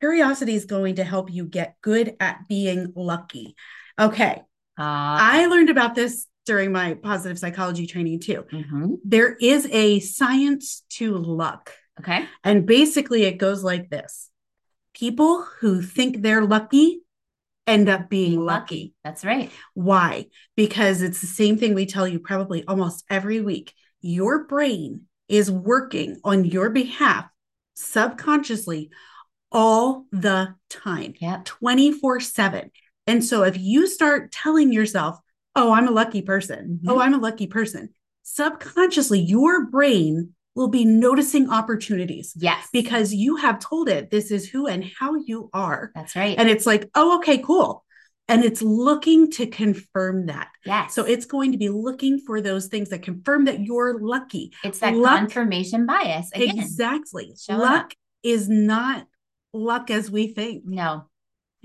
S2: curiosity is going to help you get good at being lucky. Okay.
S1: Uh,
S2: I learned about this during my positive psychology training too.
S1: mhm.
S2: there is a science to luck.
S1: okay
S2: And basically, it goes like this people who think they're lucky end up being lucky.
S1: that's right
S2: Why? Because it's the same thing we tell you probably almost every week. Your brain is working on your behalf subconsciously all the time.
S1: yep
S2: 24 7. And so if you start telling yourself, oh, I'm a lucky person,
S1: Mhm.
S2: oh, I'm a lucky person, subconsciously, your brain will be noticing opportunities
S1: yes
S2: because you have told it this is who and how you are.
S1: That's right.
S2: And it's like, oh, okay, cool. And it's looking to confirm that.
S1: yes.
S2: So it's going to be looking for those things that confirm that you're lucky.
S1: it's that
S2: luck-
S1: confirmation bias again.
S2: Exactly.
S1: showing up.
S2: Luck is not luck as we think.
S1: No,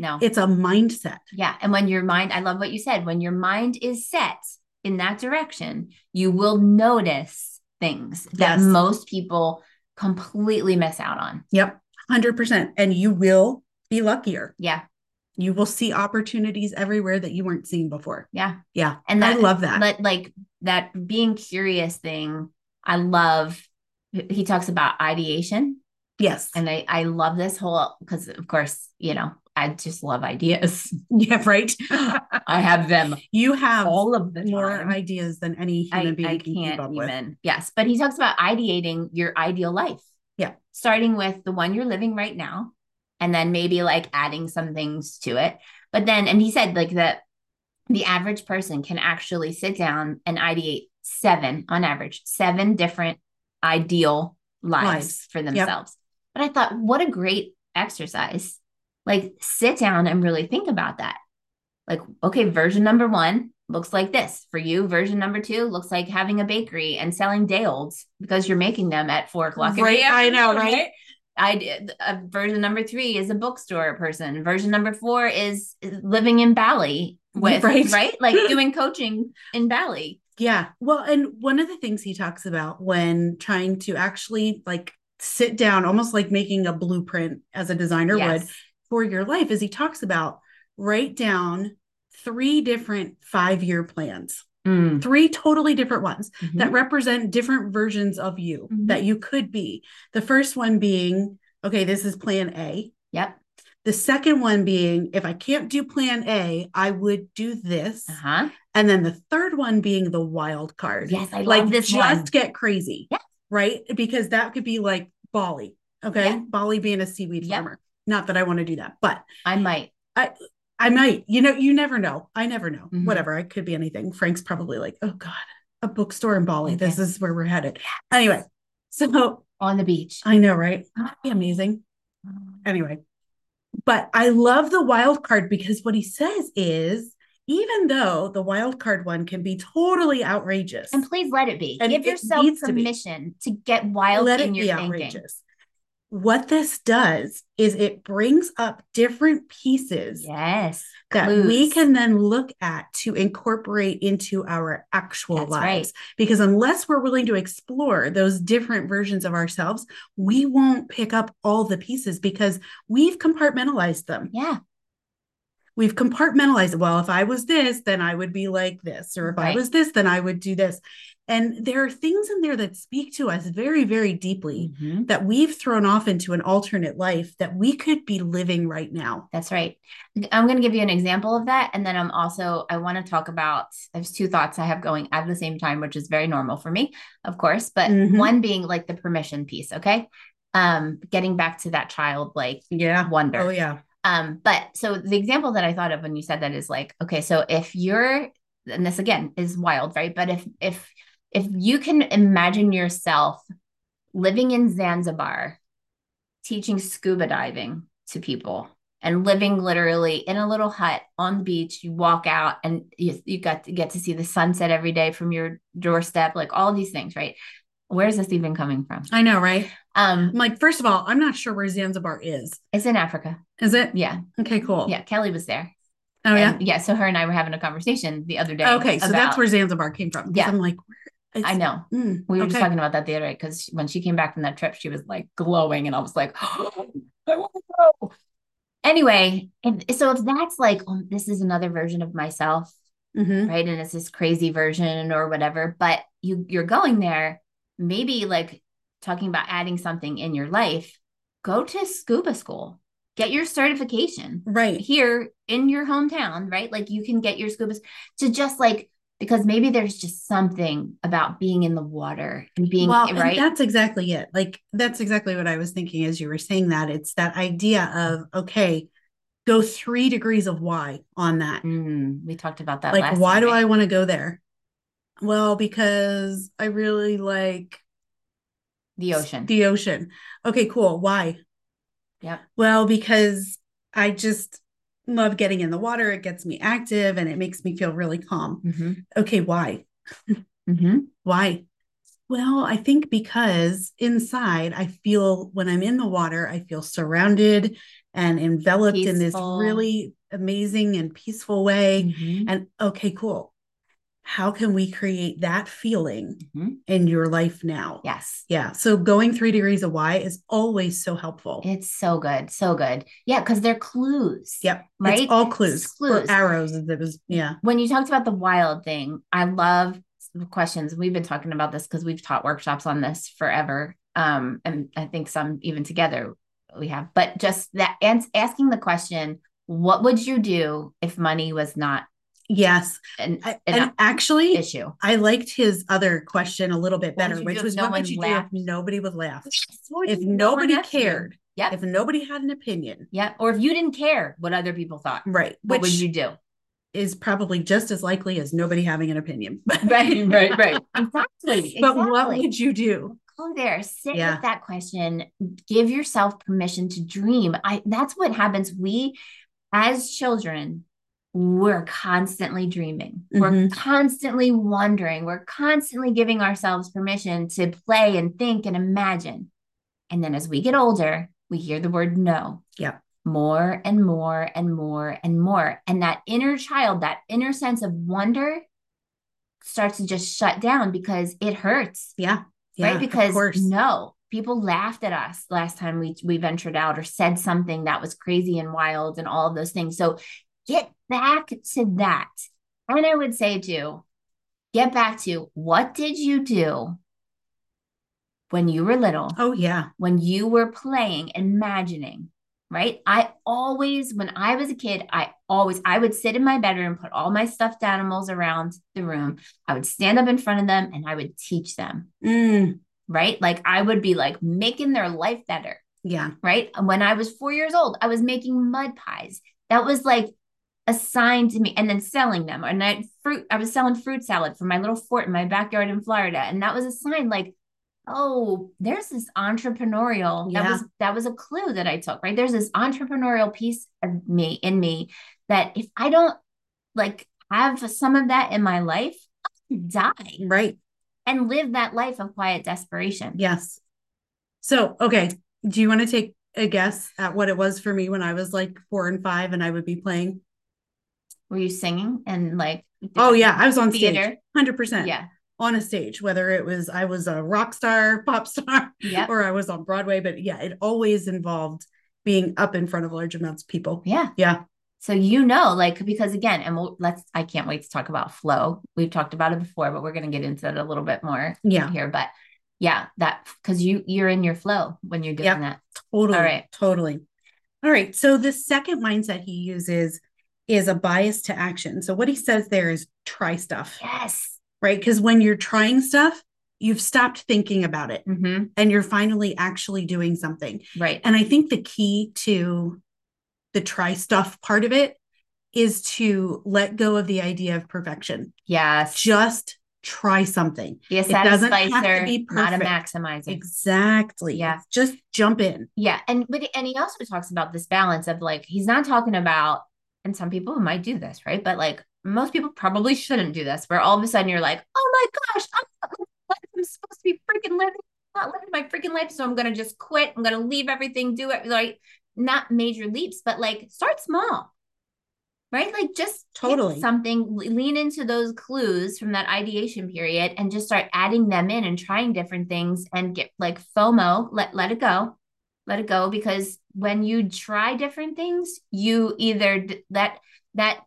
S1: no.
S2: It's a mindset.
S1: yeah. And when your mind, I love what you said, when your mind is set in that direction, you will notice things that
S2: Yes.
S1: most people completely miss out on.
S2: Yep, 100%. And you will be luckier.
S1: Yeah.
S2: You will see opportunities everywhere that you weren't seeing before.
S1: Yeah.
S2: Yeah.
S1: And that,
S2: I love that.
S1: but like that being curious thing, I love. He talks about ideation,
S2: yes.
S1: and I I love this whole because of course you know I just love ideas.
S2: <laughs>
S1: <laughs>
S2: yeah, right.
S1: I have them
S2: you have
S1: all of the
S2: more
S1: time.
S2: ideas than any human
S1: I,
S2: being
S1: I
S2: can keep up
S1: can't
S2: with.
S1: even. Yes, but he talks about ideating your ideal life.
S2: Yeah.
S1: Starting with the one you're living right now and then maybe like adding some things to it. But then and he said like that the average person can actually sit down and ideate seven on average, seven different ideal lives,
S2: Lives.
S1: for
S2: Yep.
S1: themselves. But I thought what a great exercise. Like sit down and really think about that like okay version number one looks like this for you version number two looks like having a bakery and selling day olds because you're making them at four o'clock in the
S2: Right, I know,
S1: afternoon,
S2: right?
S1: I did- uh, version number three is a bookstore person. Version number four is living in Bali with
S2: <laughs> Right.
S1: right, like doing coaching in Bali.
S2: Yeah. Well, and one of the things he talks about when trying to actually like sit down, almost like making a blueprint as a designer would
S1: Yes.
S2: for your life, is he talks about write down three different five year plans,
S1: Mm.
S2: three totally different ones that
S1: Mhm.
S2: represent different versions of you
S1: Mhm.
S2: that you could be. The first one being, okay, this is plan A.
S1: Yep.
S2: The second one being, if I can't do plan A, I would do this.
S1: Uh huh.
S2: And then the third one being the wild card
S1: Yes, I
S2: like
S1: love this
S2: just
S1: one.
S2: get crazy
S1: Yeah.
S2: right because that could be like bali okay
S1: Yeah.
S2: bali being a seaweed
S1: Yeah.
S2: farmer not that i want to do that but
S1: I might.
S2: i might you know you never know i never know
S1: Mhm.
S2: whatever i could be anything frank's probably like oh god a bookstore in bali this
S1: Okay.
S2: is where we're headed anyway so
S1: on the beach.
S2: i know right That'd be amazing anyway but i love the wild card because what he says is even though the wild card one can be totally outrageous
S1: And please let it be.
S2: And
S1: Give
S2: it
S1: yourself
S2: needs to be.
S1: permission to, get wild
S2: let
S1: in
S2: it
S1: your
S2: be
S1: thinking.
S2: outrageous. What this does is it brings up different pieces
S1: Yes.
S2: that we
S1: clues.
S2: can then look at to incorporate into our actual
S1: That's right.
S2: lives. Because unless we're willing to explore those different versions of ourselves, we won't pick up all the pieces because we've compartmentalized them.
S1: Yeah.
S2: We've compartmentalized, well, if I was this, then I would be like this, or if I
S1: Right.
S2: was this, then I would do this. And there are things in there that speak to us very, very deeply
S1: Mhm.
S2: that we've thrown off into an alternate life that we could be living right now.
S1: That's right. I'm going to give you an example of that. And then I'm also, I want to talk about, there's two thoughts I have going at the same time, which is very normal for me, of course, but
S2: Mhm.
S1: one being like the permission piece. Okay. Um, getting back to that child, like
S2: Yeah.
S1: wonder.
S2: Oh, yeah.
S1: Um, but so the example that I thought of when you said that is like, okay, so if you're, and this again is wild, right? But if if if you can imagine yourself living in Zanzibar, teaching scuba diving to people and living literally in a little hut on the beach, you walk out and you, you got to get to see the sunset every day from your doorstep, like all these things, right? Where is this even coming from?
S2: I know, right? I'm
S1: Um,
S2: like, first of all, I'm not sure where Zanzibar is.
S1: it's in Africa.
S2: Is it?
S1: Yeah.
S2: Okay, cool.
S1: Yeah. Kelly was there.
S2: Oh, yeah.
S1: And, yeah. So her and I were having a conversation the other day.
S2: okay. So that's
S1: about-
S2: where Zanzibar came from. 'cause
S1: Yeah.
S2: I'm like, where is
S1: I know.
S2: Mm,
S1: We were just
S2: okay.
S1: talking about that the other day because when she came back from that trip, she was like glowing, and I was like, <gasps> I want to go. Anyway, and so if that's like, oh, this is another version of myself,
S2: Mhm.
S1: right? And it's this crazy version or whatever, but you you're going there, maybe like talking about adding something in your life. Go to scuba school, get your certification
S2: Right.
S1: here in your hometown, right? Like you can get your scuba to just like because maybe there's just something about being in the water and being
S2: well, and
S1: right.
S2: that's exactly it. Like, that's exactly what I was thinking as you were saying that. It's that idea of, okay, go three degrees of why on that.
S1: Mm, we talked about that.
S2: like
S1: last
S2: why do
S1: time, right?
S2: i want to go there well because i really like
S1: the ocean?
S2: the ocean okay cool why
S1: Yep.
S2: well because i just love getting in the water it gets me active and it makes me feel really calm
S1: hmm
S2: okay why
S1: hmm
S2: why well i think because inside i feel when i'm in the water i feel surrounded and enveloped in this
S1: Peaceful. Mm-hmm.
S2: really amazing and peaceful way
S1: hmm
S2: and okay cool how can we create that feeling
S1: Mhm.
S2: in your life now?
S1: Yes.
S2: Yeah. So going three degrees of why is always so helpful.
S1: It's so good. So good. Yeah. Cause they're clues.
S2: yep.
S1: Right?
S2: It's all clues,
S1: It's clues.
S2: or arrows. As it was. Yeah.
S1: When you talked about the wild thing, I love the questions. We've been talking about this because we've taught workshops on this forever. Um, and I think some even together we have, but just that and asking the question, what would you do if money was not
S2: Yes.
S1: an,
S2: I-
S1: an
S2: and actually,
S1: issue?
S2: I liked his other question a little bit
S1: What would
S2: better,
S1: you do
S2: which
S1: if
S2: was
S1: no
S2: what
S1: one
S2: would you
S1: laughed?
S2: do if nobody would laugh?
S1: What
S2: If
S1: if no one
S2: nobody
S1: asked you?
S2: cared,
S1: Yep.
S2: if nobody had an opinion,
S1: Yeah. Or if you didn't care what other people thought,
S2: right,
S1: what would
S2: which
S1: you
S2: <laughs>
S1: do?
S2: is probably just as likely as nobody having an opinion. <laughs> But,
S1: Right, right, right. Exactly.
S2: but what
S1: exactly.
S2: would you do?
S1: go there sit
S2: Yeah.
S1: with that question give yourself permission to dream i that's what happens we as children we're constantly dreaming we're
S2: Mhm.
S1: constantly wondering we're constantly giving ourselves permission to play and think and imagine and then as we get older we hear the word no
S2: Yeah.
S1: more and more and more and more and that inner child that inner sense of wonder starts to just shut down because it hurts
S2: Yeah. Yeah.
S1: right?
S2: of
S1: Because
S2: course.
S1: no, people laughed at us last time we we ventured out or said something that was crazy and wild and all of those things. So get back to that. And I would say too, get back to what did you do when you were little?
S2: Oh, yeah.
S1: when you were playing, imagining, right? I always, when I was a kid, I always, I would sit in my bedroom, put all my stuffed animals around the room. I would stand up in front of them and I would teach them,
S2: Mm,
S1: right? Like I would be like making their life better,
S2: yeah.
S1: right? When I was four years old, I was making mud pies. That was like assigned to me and then selling them. And I fruit, I was selling fruit salad from my little fort in my backyard in Florida. And that was a sign like, oh, there's this entrepreneurial. That
S2: Yeah.
S1: was that was a clue that I took, right? There's this entrepreneurial piece of me in me that if I don't like have some of that in my life, I'll die
S2: Right.
S1: and live that life of quiet desperation.
S2: Yes. So, okay. Do you want to take a guess at what it was for me when I was like four and five and I would be playing?
S1: Were you singing and like
S2: Oh, yeah. I was on stage.
S1: theater?
S2: 100%.
S1: Yeah.
S2: On a stage, whether it was I was a rock star, <laughs> pop star,
S1: Yep.
S2: or I was on Broadway. But yeah, it always involved being up in front of large amounts of people.
S1: Yeah.
S2: Yeah.
S1: So you know, like because again, and we'll, let's I can't wait to talk about flow. We've talked about it before, but we're going to get into it a little bit more
S2: Yeah.
S1: here. But yeah, that because you you're in your flow when you're doing
S2: Yep.
S1: that.
S2: Totally.
S1: All right.
S2: Totally. All right. So the second mindset he uses is a bias to action. So what he says there is try stuff,
S1: Yes.
S2: right? Because when you're trying stuff, you've stopped thinking about it
S1: hmm
S2: and you're finally actually doing something.
S1: Right.
S2: And I think the key to the try stuff part of it is to let go of the idea of perfection.
S1: Yes.
S2: Just try something.
S1: Be a
S2: doesn't have to
S1: satisficer,
S2: be
S1: not a
S2: perfect.
S1: maximizer.
S2: Exactly.
S1: Yeah.
S2: Just jump in.
S1: Yeah, and but and he also talks about this balance of like he's not talking about, and some people might do this, right? But like most people probably shouldn't do this, where all of a sudden you're like, oh my gosh, I'm not living the life I'm supposed to be freaking living, I'm not living my freaking life, so I'm gonna just quit. I'm gonna leave everything, do it like not major leaps, but like start small, right? Like just pick
S2: Totally.
S1: something, le- lean into those clues from that ideation period, and just start adding them in and trying different things, and get like FOMO, let let it go let it go because when you try different things you either d- that that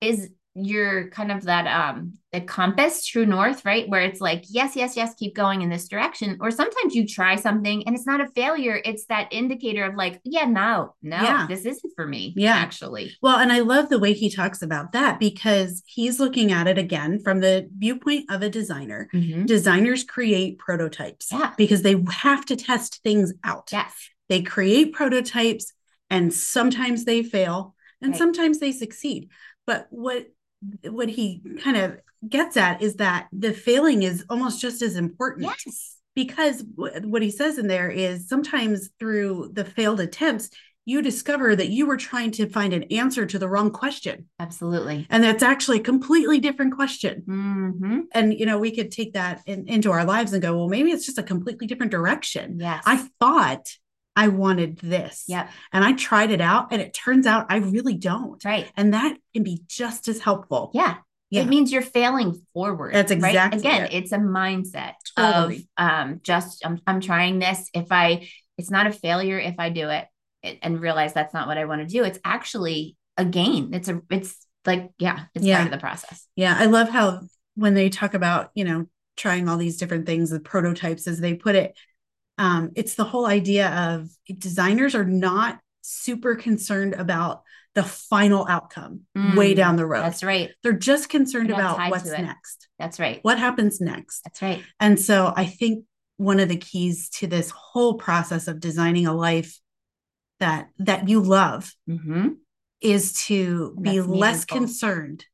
S1: is your kind of that um the compass true north right where it's like yes yes yes keep going in this direction or sometimes you try something and it's not a failure it's that indicator of like yeah no no
S2: Yeah.
S1: this isn't for me
S2: Yeah.
S1: actually
S2: Well, and I love the way he talks about that because he's looking at it again from the viewpoint of a designer.
S1: Mhm.
S2: Designers create prototypes
S1: Yeah.
S2: because they have to test things out.
S1: yes
S2: They create prototypes and sometimes they fail and
S1: Right.
S2: sometimes they succeed. But what what he kind of gets at is that the failing is almost just as important
S1: yes
S2: because w- what he says in there is sometimes through the failed attempts you discover that you were trying to find an answer to the wrong question
S1: absolutely
S2: and that's actually a completely different question
S1: hmm
S2: and you know we could take that in, into our lives and go well maybe it's just a completely different direction
S1: yes
S2: i thought i wanted this
S1: yep
S2: and i tried it out and it turns out i really don't
S1: right
S2: and that can be just as helpful
S1: yeah
S2: Yeah.
S1: It means you're failing forward.
S2: That's
S1: right?
S2: exactly
S1: Again,
S2: it.
S1: it's a mindset
S2: Totally.
S1: of um, just I'm, I'm trying this. If I, it's not a failure if I do it and- and realize that's not what I want to do. It's actually a gain. It's a, it's like, yeah, it's
S2: Yeah.
S1: part of the process.
S2: Yeah, I love how when they talk about, you know, trying all these different things, the prototypes as they put it, um, it's the whole idea of designers are not super concerned about the final outcome way
S1: Mm,
S2: down the road.
S1: That's right.
S2: They're just concerned
S1: They're not tied
S2: about
S1: to
S2: what's
S1: it.
S2: next,
S1: That's right.
S2: what happens next.
S1: That's right.
S2: And so I think one of the keys to this whole process of designing a life that that you love
S1: hmm
S2: is to
S1: And
S2: be
S1: that's
S2: less
S1: meaningful.
S2: concerned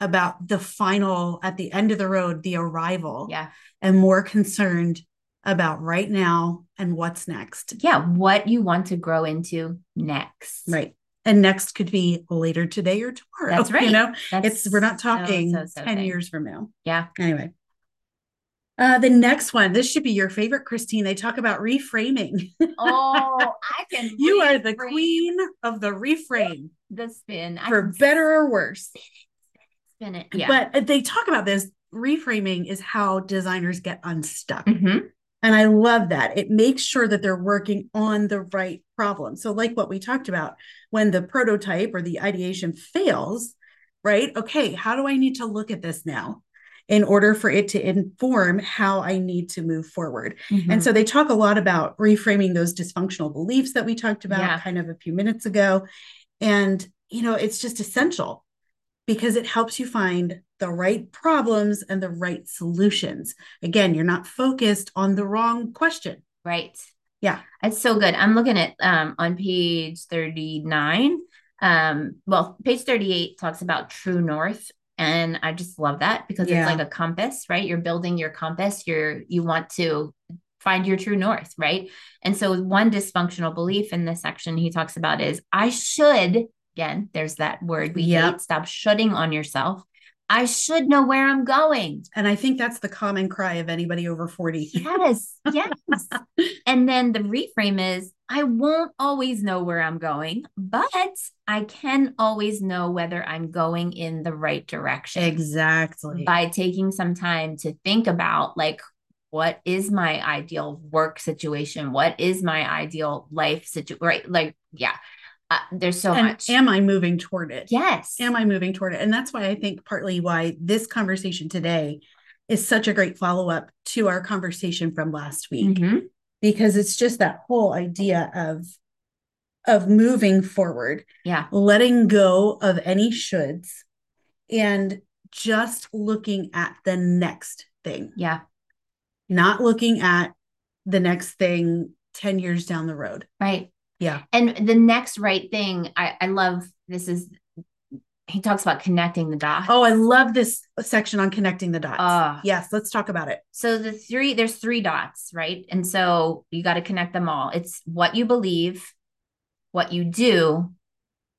S2: about the final at the end of the road, the arrival,
S1: Yeah.
S2: and more concerned about right now and what's next.
S1: Yeah. What you want to grow into next.
S2: Right. And next could be later today or tomorrow.
S1: That's
S2: You
S1: right.
S2: know,
S1: That's
S2: it's we're not
S1: so,
S2: talking
S1: so, so
S2: 10
S1: thing.
S2: years from now.
S1: Yeah.
S2: Anyway. Uh, the next one, this should be your favorite, Christine. They talk about reframing.
S1: Oh, I can.
S2: <laughs> You are the
S1: reframe
S2: queen of the reframe
S1: The spin. I
S2: for
S1: can
S2: better or worse.
S1: spin it. Yeah.
S2: But uh, they talk about this reframing is how designers get unstuck.
S1: Mhm.
S2: And I love that. It makes sure that they're working on the right problem. So, like what we talked about, when the prototype or the ideation fails, right? Okay, how do I need to look at this now in order for it to inform how I need to move forward? And
S1: Mhm.
S2: so they talk a lot about reframing those dysfunctional beliefs that we talked about
S1: Yeah.
S2: kind of a few minutes ago. And, you know, it's just essential because it helps you find the right problems and the right solutions. Again, you're not focused on the wrong question.
S1: Right.
S2: Yeah.
S1: It's so good. I'm looking at um on page 39. Um, well, page 38 talks about true north. And I just love that because
S2: Yeah.
S1: it's like a compass, right? You're building your compass. You're you want to find your true north, right? And so one dysfunctional belief in this section he talks about is I should, again, there's that word we
S2: Yep.
S1: hate, stop shoulding on yourself. I should know where I'm going.
S2: And I think that's the common cry of anybody over 40.
S1: Yes, yes. and then the reframe is I won't always know where I'm going, but I can always know whether I'm going in the right direction
S2: Exactly.
S1: by taking some time to think about like what is my ideal work situation? What is my ideal life situation? Right? Like, yeah, uh, there's so
S2: and
S1: much.
S2: am I moving toward it?
S1: yes.
S2: Am I moving toward it? And that's why I think partly why this conversation today is such a great follow up to our conversation from last week.
S1: Mhm.
S2: because it's just that whole idea of of moving forward
S1: Yeah.
S2: letting go of any shoulds and just looking at the next thing
S1: Yeah.
S2: not looking at the next thing 10 years down the road
S1: Right.
S2: yeah
S1: And the next right thing, I, I love this is he talks about connecting the dots.
S2: oh i love this section on connecting the dots
S1: Ah.
S2: yes let's talk about it
S1: So the three, there's three dots, right? And so you got to connect them all. It's what you believe, what you do,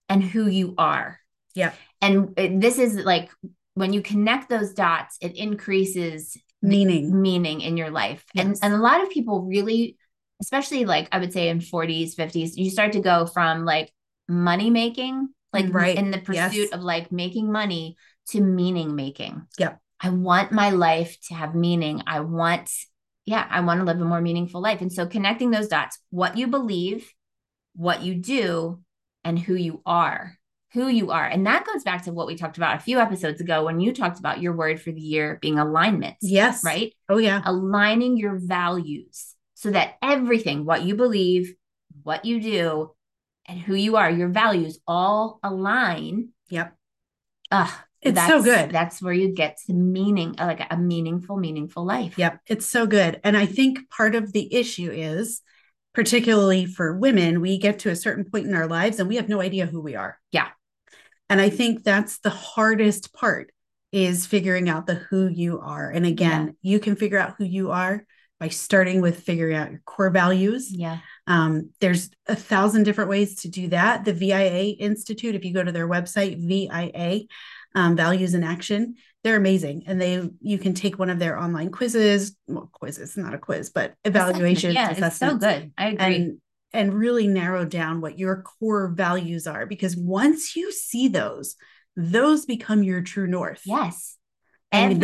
S1: and who you are.
S2: Yep.
S1: And it- this is like when you connect those dots, it increases
S2: meaning
S1: meaning in your life.
S2: Yes.
S1: And and a lot of people really, especially like I would say in 40s, 50s, you start to go from like money making, like
S2: Mm, Right.
S1: in the
S2: Yes.
S1: pursuit of like making money to meaning making.
S2: Yep.
S1: I want my life to have meaning. I want, yeah, I want to live a more meaningful life. And so connecting those dots, what you believe, what you do, and who you are. Who you are. And that goes back to what we talked about a few episodes ago when you talked about your word for the year being alignment,
S2: yes
S1: right?
S2: oh yeah
S1: aligning your values so that everything, what you believe, what you do, and who you are, your values all align.
S2: yep
S1: Ugh,
S2: it's
S1: that's,
S2: so good
S1: That's where you get to meaning, uh, like a meaningful, meaningful life.
S2: Yep, it's so good. And I think part of the issue is, particularly for women, we get to a certain point in our lives and we have no idea who we are.
S1: Yeah.
S2: And I think that's the hardest part is figuring out the who you are. And again, you can figure out who you are by starting with figuring out your core values.
S1: Yeah.
S2: Um, there's a thousand different ways to do that. The VIA Institute, if you go to their website, VIA um, Values in Action, they're amazing, and they you can take one of their online quizzes, well, quizzes, not a quiz, but evaluations,
S1: Yeah, it's so
S2: assessments,
S1: good. I agree.
S2: and and really narrow down what your core values are. Because once you see those, those become your true north.
S1: Yes.
S2: And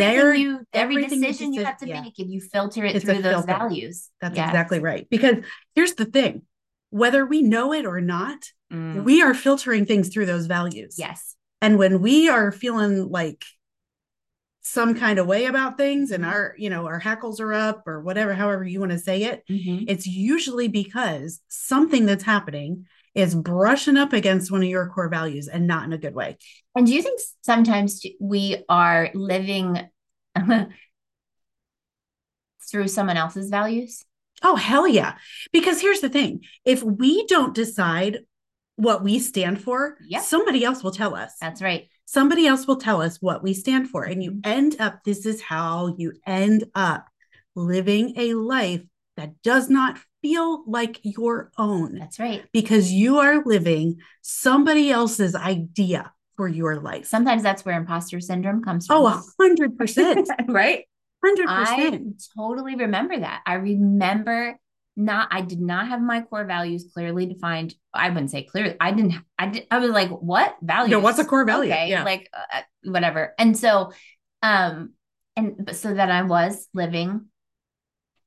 S1: Everything
S2: there-
S1: you, every
S2: everything
S1: decision
S2: you
S1: you,
S2: deci-
S1: have to
S2: yeah.
S1: make, and you filter it
S2: It's a
S1: through those
S2: filter.
S1: values.
S2: That's
S1: Yes.
S2: exactly right. Because here's the thing whether we know it or not,
S1: Mm.
S2: we are filtering things through those values.
S1: Yes.
S2: And when we are feeling like some kind of way about things and our, you know, our hackles are up or whatever, however you want to say it,
S1: Mhm.
S2: it's usually because something that's happening is brushing up against one of your core values and not in a good way.
S1: And do you think sometimes t- we are living <laughs> through someone else's values?
S2: Oh, hell yeah. Because here's the thing if we don't decide what we stand for,
S1: Yep.
S2: somebody else will tell us.
S1: That's right.
S2: somebody else will tell us what we stand for and you
S1: Mhm.
S2: end up this is how you end up living a life that does not feel like your own
S1: That's right.
S2: because you are living somebody else's idea for your life
S1: Sometimes that's where imposter syndrome comes from.
S2: oh a hundred percent
S1: right.
S2: hundred
S1: <laughs> I
S2: percent
S1: totally remember that. I remember not I did not have my core values clearly defined. I wouldn't say clearly. I didn't I did I was like what values?
S2: no what's a core value
S1: Okay,
S2: yeah
S1: like uh, whatever. And so um and but so that I was living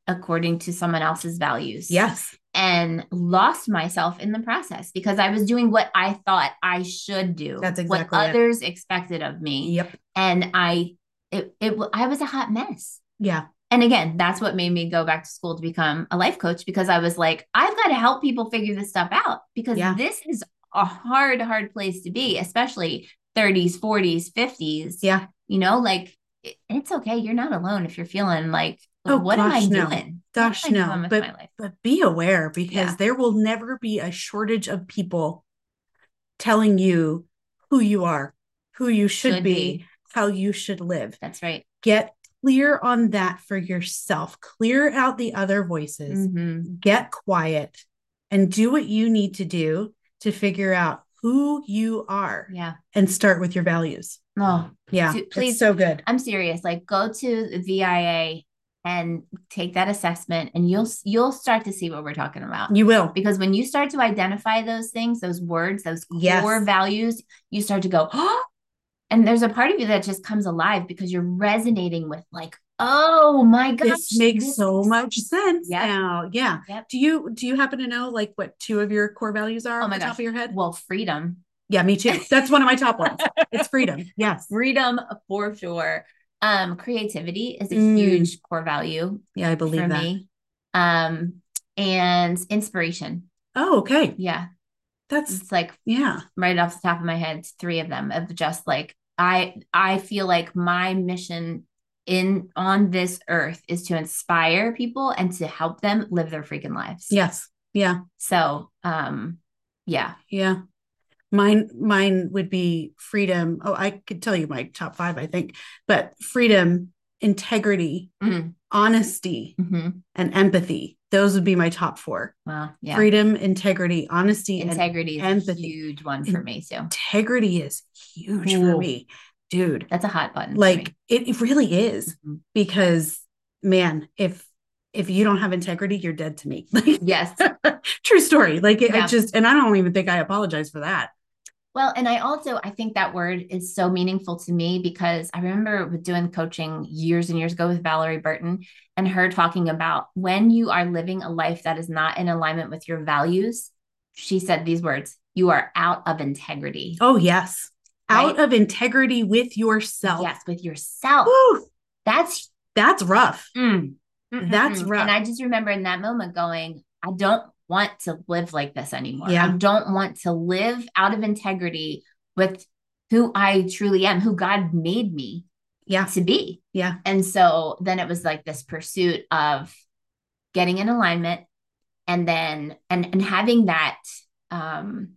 S1: according to someone else's values.
S2: yes
S1: And lost myself in the process because I was doing what I thought I should do.
S2: That's
S1: what
S2: exactly it.
S1: others expected of me.
S2: yep
S1: And I it, it I was a hot mess.
S2: yeah
S1: And again, that's what made me go back to school to become a life coach because I was like, I've got to help people figure this stuff out because
S2: Yeah.
S1: this is a hard, hard place to be, especially 30s, 40s, 50s.
S2: Yeah.
S1: You know, like it- it's okay. You're not alone if you're feeling like,
S2: Oh,
S1: what am I
S2: gosh, no.
S1: doing?
S2: Gosh,
S1: what am I
S2: no.
S1: doing with
S2: But-
S1: my life?
S2: but be aware because
S1: Yeah.
S2: there will never be a shortage of people telling you who you are who you should,
S1: Should
S2: be how you should live.
S1: That's right.
S2: Get clear on that for yourself. Clear out the other voices.
S1: Mhm.
S2: Get quiet and do what you need to do to figure out who you are
S1: Yeah.
S2: and start with your values.
S1: Oh,
S2: Yeah.
S1: Dude,
S2: it's
S1: please-
S2: so good.
S1: I'm serious. Like go to the VIA and take that assessment and you'll you'll start to see what we're talking about.
S2: You will.
S1: Because when you start to identify those things, those words, those core
S2: Yes.
S1: values, you start to go, oh, and there's a part of you that just comes alive because you're resonating with like, oh my gosh,
S2: This makes
S1: this
S2: so
S1: is-
S2: much sense
S1: Yep.
S2: now. Yeah.
S1: Yep.
S2: Do you do you happen to know like what two of your core values are
S1: Oh
S2: off
S1: my
S2: the top
S1: gosh.
S2: of your head?
S1: Well, freedom,
S2: Yeah, me too. That's one of my top ones. It's freedom.
S1: <laughs>
S2: Yes.
S1: freedom for sure. Um, creativity is a
S2: Mm.
S1: huge core value
S2: Yeah, I believe
S1: for
S2: that.
S1: me. Um, and inspiration.
S2: Oh, okay.
S1: Yeah,
S2: That's
S1: it's like
S2: yeah.
S1: right off the top of my head three of them of just like i i feel like my mission in on this earth is to inspire people and to help them live their freaking lives
S2: Yes. Yeah.
S1: so um yeah
S2: Yeah. Mine mine would be freedom. Oh, I could tell you my top 5, I think. But freedom, integrity,
S1: Mm.
S2: honesty,
S1: hmm
S2: and empathy. Those would be my top 4.
S1: well yeah
S2: Freedom, integrity, honesty, and
S1: integrity is
S2: empathy.
S1: a huge one for me too
S2: integrity is huge for
S1: Ooh.
S2: me. Dude,
S1: that's a hot button for
S2: like
S1: me.
S2: it, it really is
S1: Mhm.
S2: because man, if if you don't have integrity, you're dead to me. <laughs> Like
S1: yes
S2: true story. Like it, I
S1: Yeah.
S2: just and I don't even think I apologize for that.
S1: Well, and I also I think that word is so meaningful to me because I remember with doing coaching years and years ago with Valerie Burton and her talking about when you are living a life that is not in alignment with your values, she said these words, you are out of integrity.
S2: Oh yes. Out
S1: Right?
S2: of integrity with yourself.
S1: Yes, with yourself.
S2: Whew,
S1: That's
S2: that's rough.
S1: mm, mm,
S2: That's
S1: mm, mm.
S2: rough.
S1: And I just remember in that moment going, I don't want to live like this anymore.
S2: Yeah.
S1: I don't want to live out of integrity with who I truly am, who God made me.
S2: Yeah.
S1: to be.
S2: Yeah.
S1: And so then it was like this pursuit of getting in alignment and then and and having that um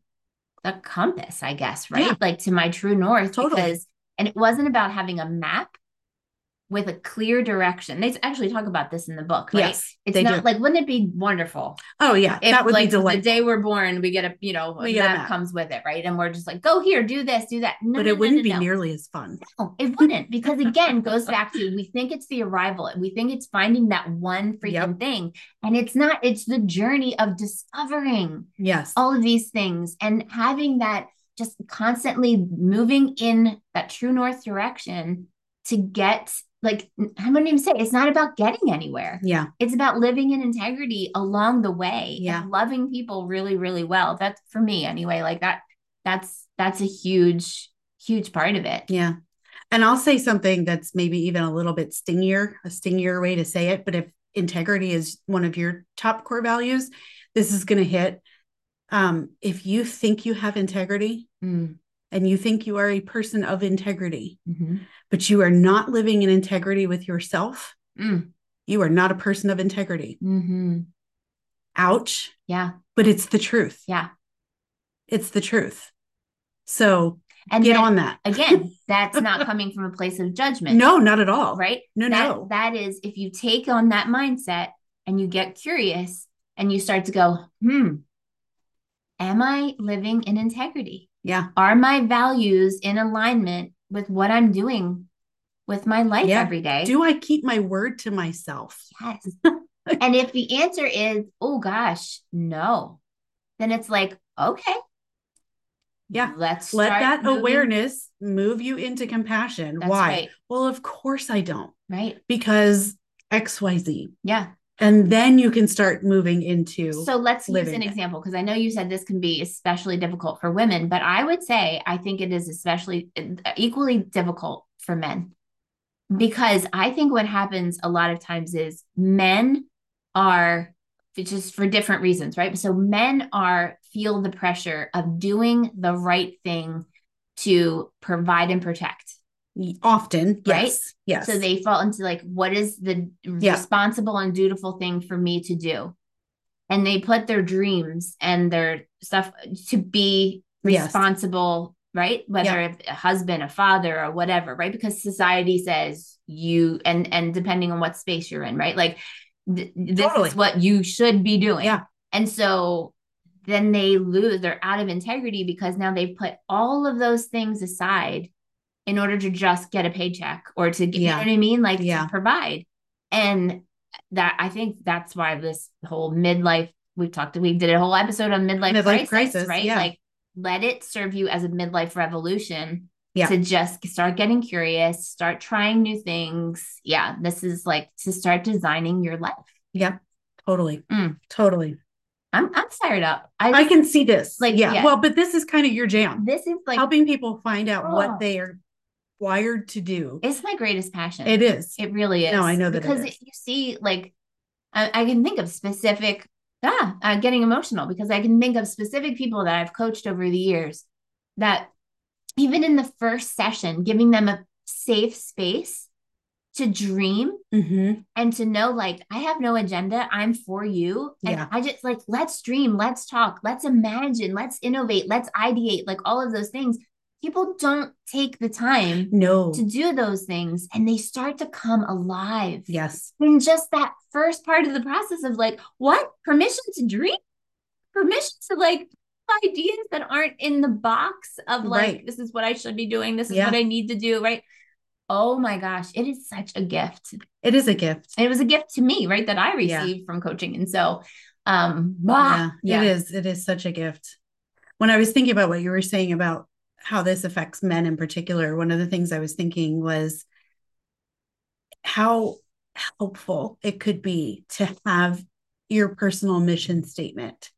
S1: the compass, I guess, right?
S2: Yeah.
S1: Like to my true north
S2: Totally.
S1: because and it wasn't about having a map with a clear direction. They actually talk about this in the book, right?
S2: Yes.
S1: It's
S2: they
S1: not
S2: do.
S1: like wouldn't it be wonderful
S2: Oh yeah.
S1: if
S2: that would
S1: like
S2: be delightful.
S1: the day we're born we get a you know
S2: We
S1: a
S2: get a
S1: map,
S2: map.
S1: comes with it, right? And we're just like go here, do this, do that. No,
S2: but
S1: no,
S2: it
S1: no,
S2: wouldn't
S1: no,
S2: be
S1: no.
S2: nearly as fun.
S1: No, it wouldn't because again goes back to we think it's the arrival we think it's finding that one freaking
S2: Yep.
S1: thing and it's not it's the journey of discovering
S2: Yes.
S1: all of these things and having that just constantly moving in that true north direction to get like I'm gonna even say it's not about getting anywhere.
S2: Yeah.
S1: It's about living in integrity along the way.
S2: Yeah.
S1: And loving people really, really well. That's for me anyway. Like that that's that's a huge, huge part of it.
S2: Yeah. And I'll say something that's maybe even a little bit stingier, a stingier way to say it. But if integrity is one of your top core values, this is going to hit. Um, if you think you have integrity
S1: Mm,
S2: and you think you are a person of integrity,
S1: mhm.
S2: but you are not living in integrity with yourself,
S1: Mm,
S2: you are not a person of integrity.
S1: mhm.
S2: Ouch.
S1: Yeah.
S2: But it's the truth.
S1: Yeah.
S2: It's the truth. So
S1: And
S2: get
S1: then,
S2: on that.
S1: again, that's not coming from a place of judgment.
S2: <laughs> No, not at all.
S1: Right.
S2: No,
S1: that,
S2: no.
S1: that is if you take on that mindset and you get curious and you start to go, hmm, am I living in integrity?
S2: Yeah.
S1: Are my values in alignment with what I'm doing with my life
S2: Yeah.
S1: every day?
S2: Do I keep my word to myself? <laughs>
S1: yes. and if the answer is, oh gosh, no, then it's like, okay.
S2: Yeah.
S1: Let's
S2: Let
S1: start
S2: that
S1: moving-
S2: awareness move you into compassion.
S1: That's
S2: Why?
S1: right.
S2: Well, of course I don't
S1: Right.
S2: because XYZ.
S1: Yeah.
S2: And then you can start moving into
S1: So let's use
S2: living
S1: an
S2: it.
S1: example because I know you said this can be especially difficult for women, but I would say I think it is especially uh, equally difficult for men because I think what happens a lot of times is men are just for different reasons, right? So men are feel the pressure of doing the right thing to provide and protect.
S2: often.
S1: Right?
S2: Yes. Yes.
S1: So they fall into like, what is the responsible and dutiful thing for me to do? And they put their dreams and their stuff to be
S2: Yes.
S1: responsible, right? Whether it's a husband, a father, or whatever, right? Because society says you, and and depending on what space you're in, right? Like th- this
S2: Totally.
S1: is what you should be doing.
S2: Yeah.
S1: And so then they lose, they're out of integrity because now they've put all of those things aside in order to just get a paycheck or to get,
S2: Yeah.
S1: you know what I mean? Like
S2: Yeah.
S1: to provide. And that I think that's why this whole midlife we've talked we did a whole episode on midlife,
S2: Midlife
S1: crisis,
S2: crisis,
S1: right?
S2: yeah.
S1: Like let it serve you as a midlife revolution
S2: Yeah.
S1: to just start getting curious, start trying new things. Yeah, this is like to start designing your life.
S2: Yep. Totally.
S1: Mm.
S2: Totally.
S1: I'm I'm fired up. I,
S2: I can see this.
S1: like,
S2: yeah.
S1: yeah.
S2: Well, but this is kind of your jam.
S1: this is like
S2: Helping people find out
S1: Oh.
S2: what they are wired to do.
S1: it's my greatest passion.
S2: It is.
S1: It really is.
S2: No, I know that it
S1: because
S2: is.
S1: you see, like, I, I can think of specific. Ah, I'm getting emotional because I can think of specific people that I've coached over the years that even in the first session, giving them a safe space to dream
S2: Mhm.
S1: and to know, like, I have no agenda. I'm for you. And
S2: Yeah.
S1: I just like, let's dream, let's talk, let's imagine, let's innovate, let's ideate, like all of those things. People don't take the time
S2: No.
S1: to do those things and they start to come alive
S2: Yes.
S1: in just that first part of the process of like what permission to dream permission to like ideas that aren't in the box of like
S2: Right.
S1: this is what i should be doing this is
S2: Yeah.
S1: what i need to do right oh my gosh it is such a gift
S2: It is a gift.
S1: and it was a gift to me right that i
S2: Yeah.
S1: received from coaching and so um bah, yeah
S2: It is. It is such a gift. When I was thinking about what you were saying about how this affects men in particular, one of the things I was thinking was how helpful it could be to have your personal mission statement.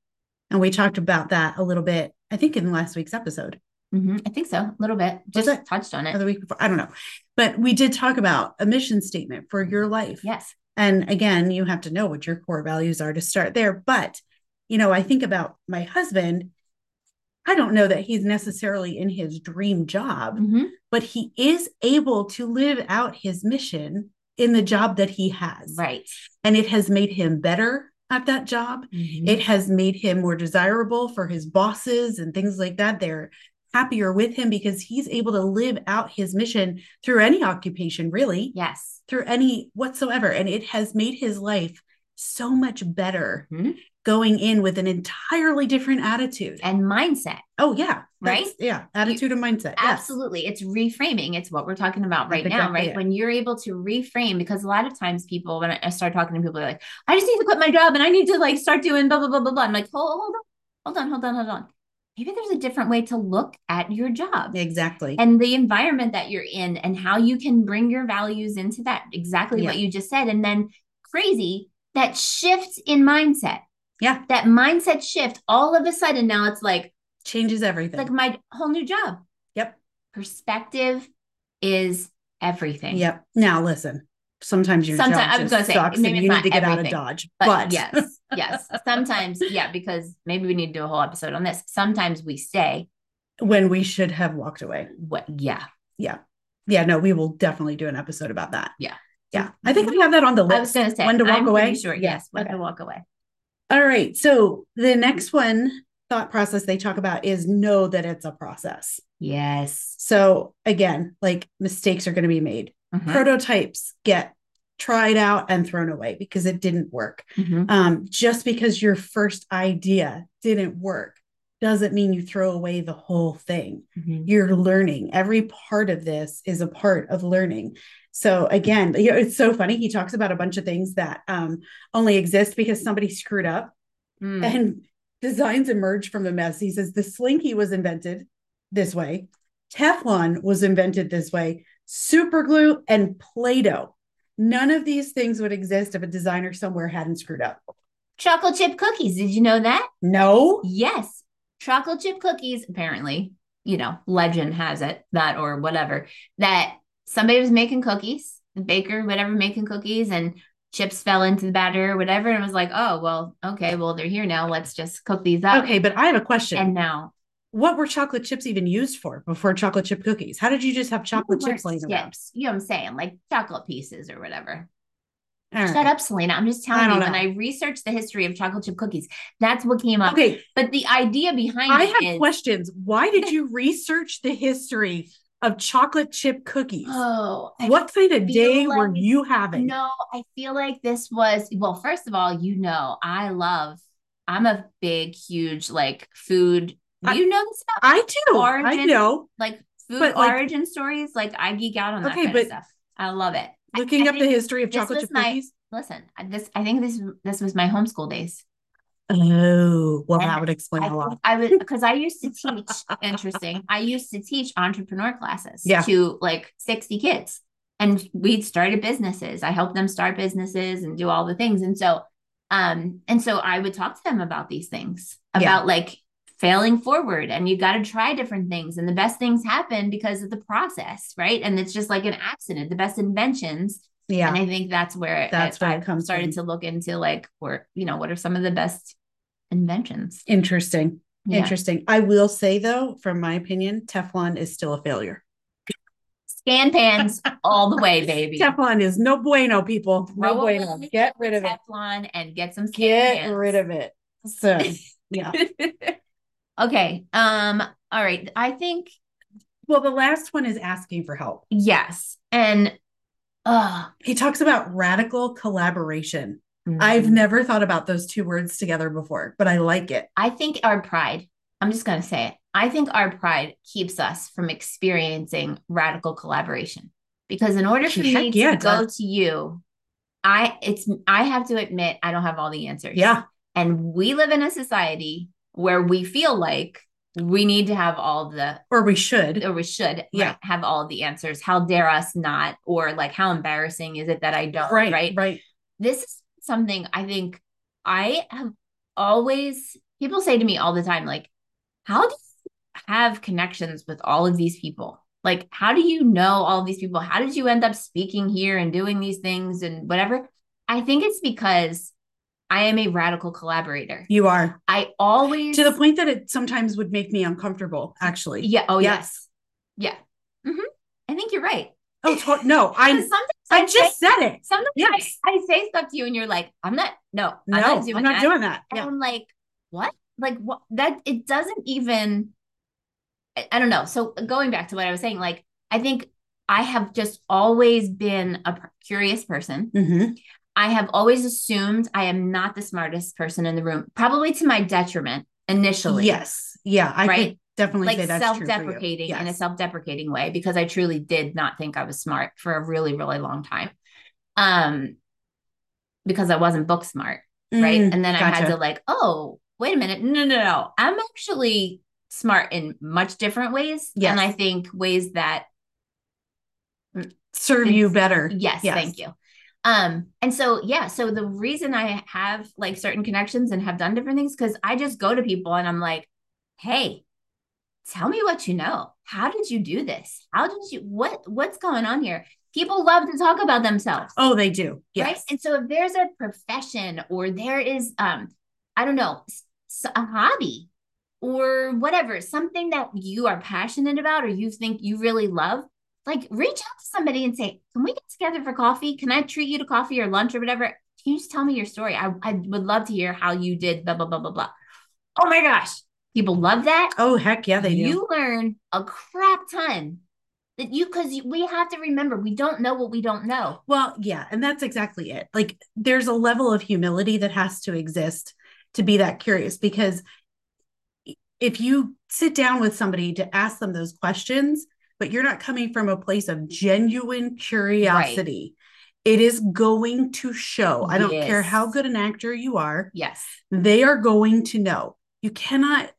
S2: And we talked about that a little bit, I think, in last week's episode
S1: Mhm. i think so a little bit just
S2: that?
S1: touched on
S2: or
S1: it
S2: the week before. I don't know. But we did talk about a mission statement for your life.
S1: yes
S2: And again, you have to know what your core values are to start there. But, you know, I think about my husband. I don't know that he's necessarily in his dream job,
S1: Mhm.
S2: but he is able to live out his mission in the job that he has.
S1: right
S2: And it has made him better at that
S1: Mm-hmm.
S2: job. It has made him more desirable for his bosses and things like that. They're happier with him because he's able to live out his mission through any occupation, really
S1: yes
S2: through any whatsoever. And it has made his life so much better
S1: Mhm.
S2: going in with an entirely different attitude.
S1: and mindset
S2: Oh, yeah. That's-
S1: Right?
S2: Yeah. Attitude and mindset. Yes.
S1: Absolutely. It's reframing. It's what we're talking about right
S2: That's
S1: now,
S2: exactly
S1: right?
S2: it.
S1: When you're able to reframe, because a lot of times people, when I I start talking to people, they're like, I just need to quit my job and I need to like start doing blah, blah, blah, blah, blah. I'm like, hold, hold on, hold on, hold on, hold on. maybe there's a different way to look at your job
S2: Exactly.
S1: and the environment that you're in and how you can bring your values into that exactly what you just said and then crazy that shift in mindset
S2: Yeah.
S1: that mindset shift all of a sudden now it's like
S2: Changes
S1: it's
S2: everything.
S1: like my whole new job
S2: Yep.
S1: perspective is everything
S2: Yep. Now listen. Sometimes your
S1: Sometimes- I
S2: job
S1: was
S2: just
S1: gonna say,
S2: sucks
S1: maybe
S2: and
S1: it's
S2: you
S1: not
S2: need to get out
S1: everything,
S2: of Dodge.
S1: but,
S2: But, <laughs>
S1: yes yes sometimes yeah because maybe we need to do a whole episode on this sometimes we say
S2: when we should have walked away.
S1: what yeah
S2: Yeah, no, we will definitely do an episode about that.
S1: Yeah. Mm-hmm.
S2: Yeah. I think we have that on the list.
S1: i was going to say
S2: When to walk
S1: I'm
S2: away?
S1: pretty sure
S2: Yeah,
S1: yes when to
S2: okay.
S1: walk away
S2: All right. So the next one thought process they talk about is know that it's a process.
S1: yes
S2: So again, like mistakes are going to be made.
S1: Mhm.
S2: Prototypes get tried out and thrown away because it didn't work.
S1: Mhm.
S2: Um, just because your first idea didn't work doesn't mean you throw away the whole thing. <laughs>
S1: Mhm.
S2: you're learning every part of this is a part of learning so again you know, it's so funny he talks about a bunch of things that um, only exist because somebody screwed up
S1: Mm.
S2: and designs emerge from the mess he says the slinky was invented this way teflon was invented this way super glue and play-doh none of these things would exist if a designer somewhere hadn't screwed up
S1: chocolate chip cookies did you know that
S2: no
S1: Yes, chocolate chip cookies, apparently, you know, legend has it that or whatever, that somebody was making cookies, the baker, whatever, making cookies and chips fell into the batter or whatever. And was like, oh, well, okay, well, they're here now. Let's just cook these up.
S2: okay but i have a question
S1: And now
S2: what were chocolate chips even used for before chocolate chip cookies? How did you just have chocolate chips laying around?
S1: chips, you know what I'm saying? Like chocolate pieces or whatever.
S2: All
S1: Shut
S2: right.
S1: up, Selena. I'm just telling
S2: I
S1: you, when
S2: don't know.
S1: I researched the history of chocolate chip cookies, that's what came up.
S2: Okay,
S1: But the idea behind
S2: I
S1: it
S2: have
S1: is-
S2: questions. Why did you research the history of chocolate chip cookies?
S1: oh, I
S2: what kind of
S1: feel
S2: day were
S1: like-
S2: you having?
S1: No, I feel like this was, well, first of all, you know, I love, I'm a big, huge like food.
S2: I-
S1: you know this stuff?
S2: I do. I
S1: Origin.
S2: know.
S1: Like food
S2: but, like-
S1: origin stories. Like I geek out on that
S2: Okay,
S1: kind
S2: but-
S1: of stuff. I love it. I-
S2: Looking
S1: I
S2: up the
S1: think-
S2: history of
S1: this
S2: chocolate
S1: was
S2: chip
S1: my-
S2: cookies.
S1: Listen, I- this I think this this was my homeschool days.
S2: Oh, well,
S1: And
S2: that would explain
S1: I
S2: a lot.
S1: think I was because I used
S2: <laughs>
S1: to teach. interesting. I used to teach entrepreneur classes
S2: Yeah.
S1: to like sixty kids, and we'd started businesses. I helped them start businesses and do all the things. And so, um, and so I would talk to them about these things
S2: Yeah.
S1: about like failing forward and you got to try different things and the best things happen because of the process right and it's just like an accident the best inventions
S2: Yeah.
S1: and I think that's where
S2: That's
S1: I,
S2: where it
S1: I've
S2: comes
S1: started to
S2: from.
S1: look into like where you know what are some of the best inventions.
S2: Interesting.
S1: Yeah.
S2: Interesting. I will say though, from my opinion, Teflon is still a failure.
S1: Scan
S2: <laughs>
S1: pans all the way, baby.
S2: Teflon is no bueno, people. No
S1: Throw
S2: bueno.
S1: away
S2: Get rid of it.
S1: Teflon and get some scan
S2: Get
S1: <laughs>
S2: rid of it. So, yeah.
S1: it. okay. Um. All right. I think
S2: Well, the last one is asking for help.
S1: yes. And uh,
S2: He talks about radical collaboration.
S1: Mm-hmm.
S2: I've never thought about those two words together before, but I like it.
S1: I think our pride, I'm just going to say it. I think our pride keeps us from experiencing radical collaboration because in order for
S2: Heck
S1: me
S2: yeah,
S1: to
S2: it
S1: go to you, I it's I have to admit I don't have all the answers.
S2: Yeah.
S1: And we live in a society where we feel like we need to have all the
S2: Or we should.
S1: or we should
S2: Yeah.
S1: right, have all the answers. How dare us not? Or like how embarrassing is it that I don't?
S2: Right.
S1: right?
S2: Right. Right.
S1: this is something I think I have always people say to me all the time, like, how do you have connections with all of these people? Like, how do you know all these people? How did you end up speaking here and doing these things and whatever? I think it's because I am a radical collaborator.
S2: You are
S1: I always
S2: to the point that it sometimes would make me uncomfortable, actually.
S1: Yeah. Oh
S2: Yeah.
S1: yes. Yeah. hmm I think you're right.
S2: Oh, to- no, I,
S1: Because sometimes
S2: I
S1: I
S2: just said it.
S1: say, sometimes
S2: Yes.
S1: I, I say stuff to you and you're like, I'm not. No.
S2: No,
S1: I'm not doing that.
S2: that.
S1: And
S2: Yeah.
S1: I'm like, what? Like what that it doesn't even I, I don't know. So going back to what I was saying, like I think I have just always been a pr- curious person.
S2: Mhm.
S1: I have always assumed I am not the smartest person in the room, probably to my detriment initially.
S2: Mm-hmm. Yes. Yeah. I could
S1: Right?
S2: definitely
S1: Like
S2: say that's true for you.
S1: self-deprecating in a
S2: Yes.
S1: self-deprecating way because I truly did not think I was smart for a really really long time. Um because I wasn't book smart right?
S2: Mm,
S1: and then I had
S2: gotcha.
S1: to like, oh, wait a minute, no, no, no, I'm actually smart in much different ways.
S2: Yes.
S1: And I think ways that
S2: serve you better.
S1: yes,
S2: Yes.
S1: thank you. Um, and so yeah, so the reason I have like certain connections and have done different things because I just go to people and I'm like, hey, tell me what you know. How did you do this? How did you what what's going on here? People love to talk about themselves.
S2: Oh, they do.
S1: right?
S2: Yes.
S1: And so if there's a profession or there is um I don't know, s- s- a hobby or whatever, something that you are passionate about or you think you really love, like reach out to somebody and say, "Can we get together for coffee? Can I treat you to coffee or lunch or whatever? Can you just tell me your story? I I would love to hear how you did blah blah blah blah blah." Oh my gosh, people love that
S2: Oh, heck yeah, they do.
S1: you learn a crap ton that you because we have to remember we don't know what we don't know.
S2: Well, yeah, and that's exactly it. Like there's a level of humility that has to exist to be that curious because if you sit down with somebody to ask them those questions, but you're not coming from a place of genuine curiosity, it is going to show. I don't care
S1: Yes.
S2: how good an actor you are,
S1: Yes.
S2: they are going to know. You cannot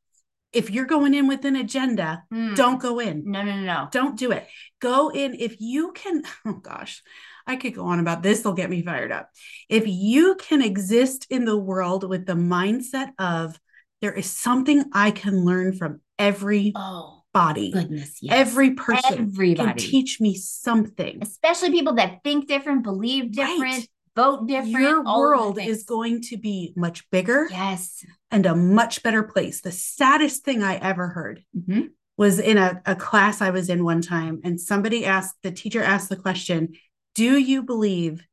S2: if you're going in with an agenda,
S1: Mm.
S2: don't go in.
S1: No, no, no, no.
S2: Don't do it. Go in if you can. <laughs> Oh gosh, I could go on about this. They'll get me fired up. If you can exist in the world with the mindset of there is something I can learn from everybody,
S1: Oh, goodness. Yes.
S2: every person can
S1: Everybody.
S2: teach me something.
S1: Especially people that think different, believe different,
S2: Right.
S1: vote different. all
S2: Your
S1: of the
S2: world
S1: things.
S2: is going to be much bigger
S1: Yes.
S2: and a much better place. The saddest thing I ever heard
S1: Mhm.
S2: was in a, a class I was in one time, and somebody asked the teacher asked the question, Do you believe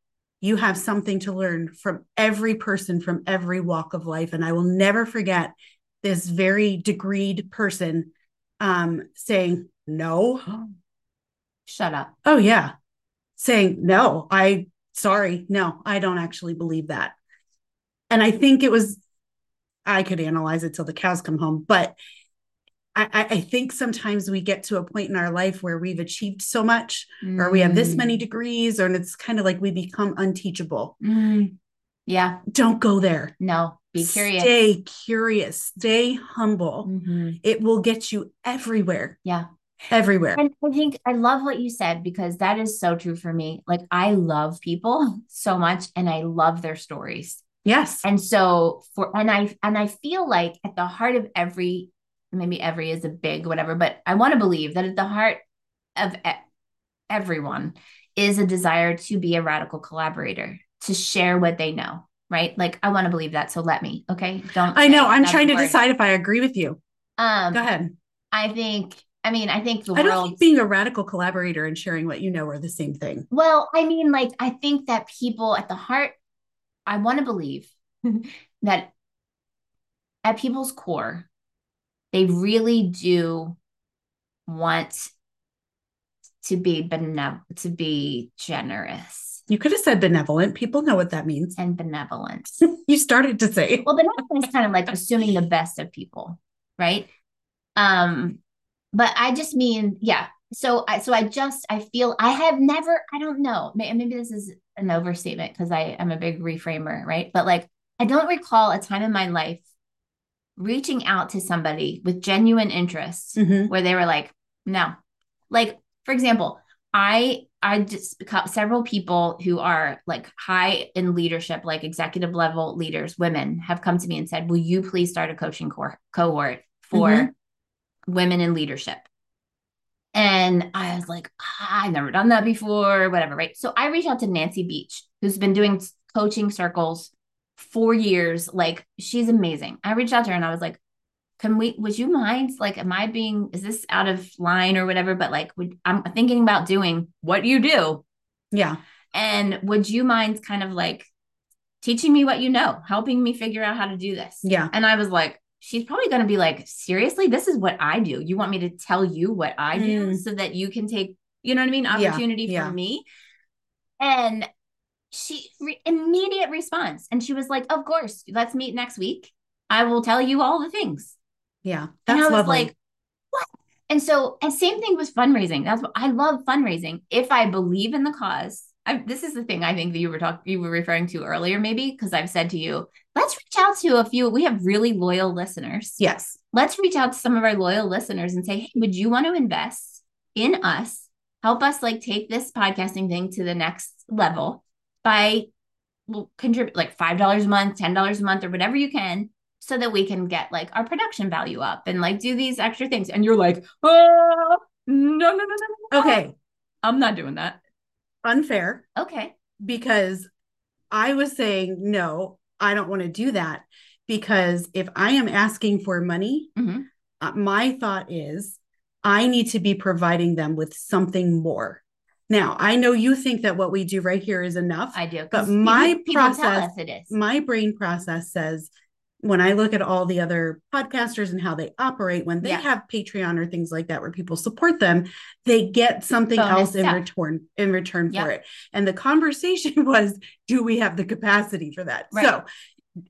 S2: you have something to learn from every person from every walk of life? And I will never forget this very degreed person um, saying, No.
S1: Shut up.
S2: Oh, yeah. Saying, No, I, sorry, no, I don't actually believe that. And I think it was, I could analyze it till the cows come home, but I, I I think sometimes we get to a point in our life where we've achieved so much or we have
S1: Mm.
S2: this many degrees, or, and it's kind of like we become unteachable.
S1: Mm. Yeah.
S2: Don't go there.
S1: No. Be curious.
S2: Stay curious. Stay humble.
S1: Mhm.
S2: It will get you everywhere.
S1: Yeah.
S2: Everywhere.
S1: And I think I love what you said because that is so true for me. Like, I love people <laughs> so much and I love their stories.
S2: Yes.
S1: And so for and I and I feel like at the heart of every maybe every is a big whatever, but I want to believe that at the heart of e- everyone is a desire to be a radical collaborator, to share what they know, right? Like I want to believe that, so let me. Okay, don't.
S2: I know.
S1: say
S2: I'm
S1: that
S2: trying to
S1: word.
S2: decide if I agree with you.
S1: Um,
S2: Go ahead.
S1: I think. I mean, I think the
S2: I don't
S1: world.
S2: think being a radical collaborator and sharing what you know are the same thing.
S1: Well, I mean, like, I think that people at the heart, I want to believe <laughs> that at people's core, they really do want to be benevolent, to be generous
S2: You could have said benevolent. People know what that means.
S1: and benevolent.
S2: You started to say.
S1: well, benevolent is kind of like assuming the best of people, right? Um, but I just mean, yeah. So I, so I just, I feel I have never, I don't know, may- maybe this is an overstatement because I am a big reframer, right? But like, I don't recall a time in my life reaching out to somebody with genuine interest
S2: Mhm.
S1: where they were like, no. Like, for example, I I just becau- several people who are like high in leadership, like executive level leaders, women have come to me and said, "Will you please start a coaching cor- cohort for
S2: Mhm.
S1: women in leadership?" And I was like, ah, "I've never done that before, whatever." Right. So I reached out to Nancy Beach, who's been doing s- coaching circles for years. Like she's amazing. I reached out to her and I was like can we would you mind like am i being is this out of line or whatever but like would, i'm thinking about doing what you do
S2: Yeah.
S1: and would you mind kind of like teaching me what you know helping me figure out how to do this
S2: Yeah.
S1: and i was like she's probably going to be like seriously this is what i do you want me to tell you what i do
S2: Mm.
S1: so that you can take you know what i mean
S2: Yeah,
S1: opportunity
S2: yeah.
S1: for me and she re- immediate response and she was like of course let's meet next week i will tell you all the things
S2: Yeah.
S1: and
S2: That's
S1: I was
S2: lovely.
S1: like, what? And so, and same thing with fundraising. That's what I love fundraising. If I believe in the cause I'm, this is the thing I think that you were talking, you were referring to earlier, maybe because I've said to you, let's reach out to a few. We have really loyal listeners.
S2: Yes.
S1: Let's reach out to some of our loyal listeners and say, hey, would you want to invest in us? Help us like take this podcasting thing to the next level by well, contribute like five dollars a month, ten dollars a month, or whatever you can, so that we can get like our production value up and like do these extra things. And you're like, oh no, no, no, no, no.
S2: Okay.
S1: I'm not doing that.
S2: Unfair
S1: Okay.
S2: because I was saying, no, I don't want to do that. Because if I am asking for money,
S1: Mhm.
S2: uh, my thought is I need to be providing them with something more. Now, I know you think that what we do right here is enough.
S1: I do. 'cause
S2: But
S1: people-
S2: my
S1: people tell
S2: process- Mm,
S1: us it is.
S2: my brain process says when I look at all the other podcasters and how they operate, when they
S1: Yeah.
S2: have Patreon or things like that where people support them, they get something
S1: Bonus
S2: else in
S1: stuff.
S2: return in return
S1: Yep.
S2: for it. And the conversation <laughs> was, do we have the capacity for that?
S1: Right.
S2: So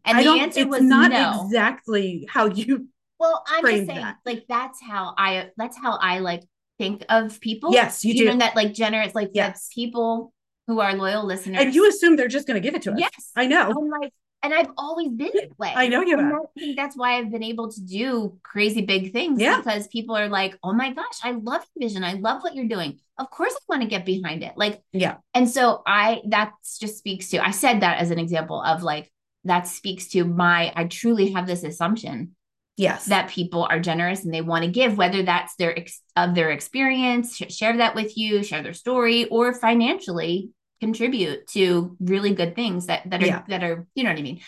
S1: and
S2: I
S1: the
S2: don't,
S1: answer
S2: it's
S1: was
S2: not
S1: no.
S2: exactly how you
S1: well, I'm just
S2: framed
S1: saying,
S2: that.
S1: like that's how I that's how I like think of people.
S2: Yes, you
S1: Oh, you
S2: do.
S1: know that like generous, like
S2: Yes.
S1: the people who are loyal listeners.
S2: And you assume they're just gonna give it to us.
S1: yes,
S2: I know.
S1: I'm like, and I've always been that way.
S2: I know you
S1: And
S2: have.
S1: I think that's why I've been able to do crazy big things
S2: Yeah.
S1: because people are like, oh my gosh, I love your vision. I love what you're doing. Of course, I want to get behind it. Like,
S2: Yeah.
S1: And so I, that just speaks to, I said that as an example of like, that speaks to my, I truly have this assumption
S2: Yes.
S1: that people are generous and they want to give, whether that's their, ex- of their experience, sh- share that with you, share their story, or financially contribute to really good things that, that are,
S2: Yeah.
S1: that are, you know what I mean?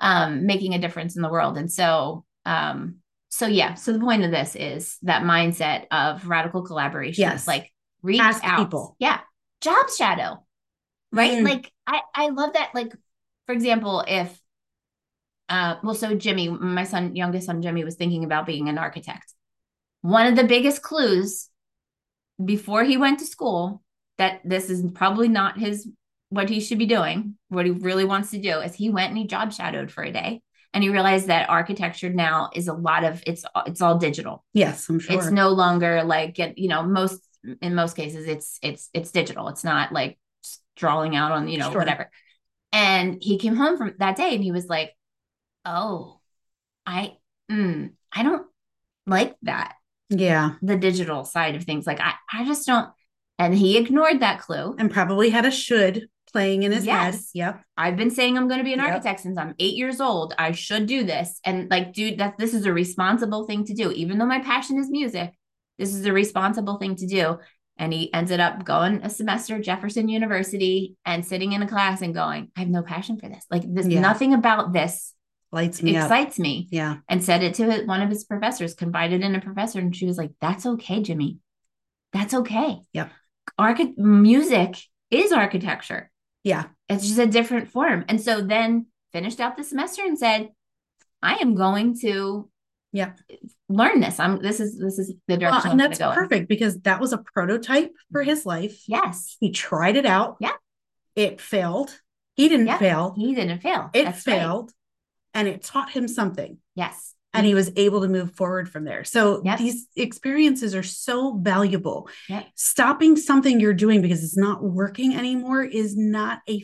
S1: um, making a difference in the world. And so, um, so yeah. So the point of this is that mindset of radical collaboration.
S2: Yes.
S1: Like reach
S2: Ask
S1: out.
S2: people.
S1: Yeah. Job shadow, right?
S2: Mm.
S1: Like I, I love that. Like, for example, if, uh, well, so Jimmy, my son, youngest son, Jimmy was thinking about being an architect. One of the biggest clues before he went to school that this is probably not his what he should be doing, what he really wants to do is he went and he job shadowed for a day and he realized that architecture now is a lot of it's it's all digital.
S2: yes, I'm sure.
S1: It's no longer like get you know most in most cases it's it's it's digital. It's not like just drawing out on you know
S2: Sure.
S1: whatever. And he came home from that day and he was like, "Oh, I mm, I don't like that."
S2: yeah.
S1: the digital side of things. Like I, I just don't. And he ignored that clue.
S2: And probably had a should playing in his head.
S1: Yes.
S2: Yep.
S1: I've been saying I'm going to be an
S2: Yep.
S1: architect since I'm eight years old. I should do this. And like, dude, that this is a responsible thing to do. Even though my passion is music, this is a responsible thing to do. And he ended up going a semester at Jefferson University and sitting in a class and going, I have no passion for this. Like this,
S2: Yeah.
S1: nothing about this
S2: Lights me up.
S1: excites me.
S2: Yeah.
S1: and said it to his, one of his professors, confided in a professor, and she was like, "That's okay, Jimmy. That's okay.
S2: Yep.
S1: Archi- music is architecture.
S2: Yeah.
S1: It's just a different form." And so then finished out the semester and said, "I am going to
S2: Yeah.
S1: learn this. I'm this is this is the
S2: Well,
S1: direction
S2: and
S1: I'm
S2: that's
S1: going to go." in."
S2: perfect because that was a prototype for his life.
S1: Yes,
S2: He tried it out.
S1: Yeah.
S2: It failed. He didn't
S1: Yeah.
S2: fail.
S1: he didn't fail.
S2: It
S1: That's right.
S2: failed. And it taught him something.
S1: Yes.
S2: And he was able to move forward from there. So
S1: Yep.
S2: these experiences are so valuable.
S1: Yep.
S2: Stopping something you're doing because it's not working anymore is not a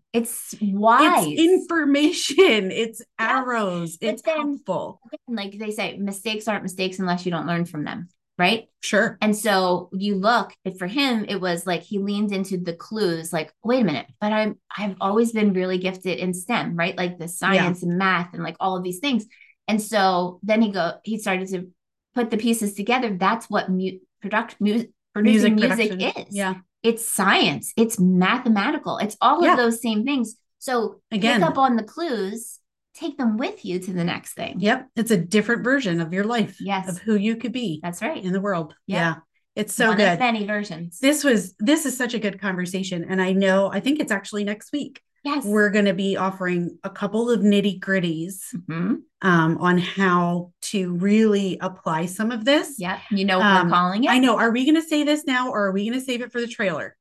S1: No, it's wise.
S2: It's information. It's
S1: Yeah.
S2: arrows.
S1: But
S2: It's
S1: then-
S2: helpful.
S1: like they say, mistakes aren't mistakes unless you don't learn from them, right?
S2: Sure.
S1: And so you look and for him, it was like he leaned into the clues, like, wait a minute, but I'm I've always been really gifted in STEM, right? Like the science and math and like all of these things. And so then he go he started to put the pieces together. That's what mu- product mu- producing music
S2: production.
S1: is.
S2: Yeah.
S1: It's science, it's mathematical, it's all
S2: Yeah.
S1: of those same things. So
S2: Again.
S1: pick up on the clues, take them with you to the next thing.
S2: Yep. It's a different version of your life,
S1: Yes.
S2: of who you could be
S1: That's right.
S2: in the world.
S1: Yep.
S2: Yeah. It's so
S1: One
S2: good.
S1: of many versions.
S2: This was this is such a good conversation. And I know I think it's actually next week.
S1: Yes.
S2: We're gonna be offering a couple of nitty gritties
S1: Mhm.
S2: um, on how to really apply some of this.
S1: Yep. You know what
S2: Um,
S1: we're calling it?
S2: I know. Are we gonna say this now or are we gonna save it for the trailer?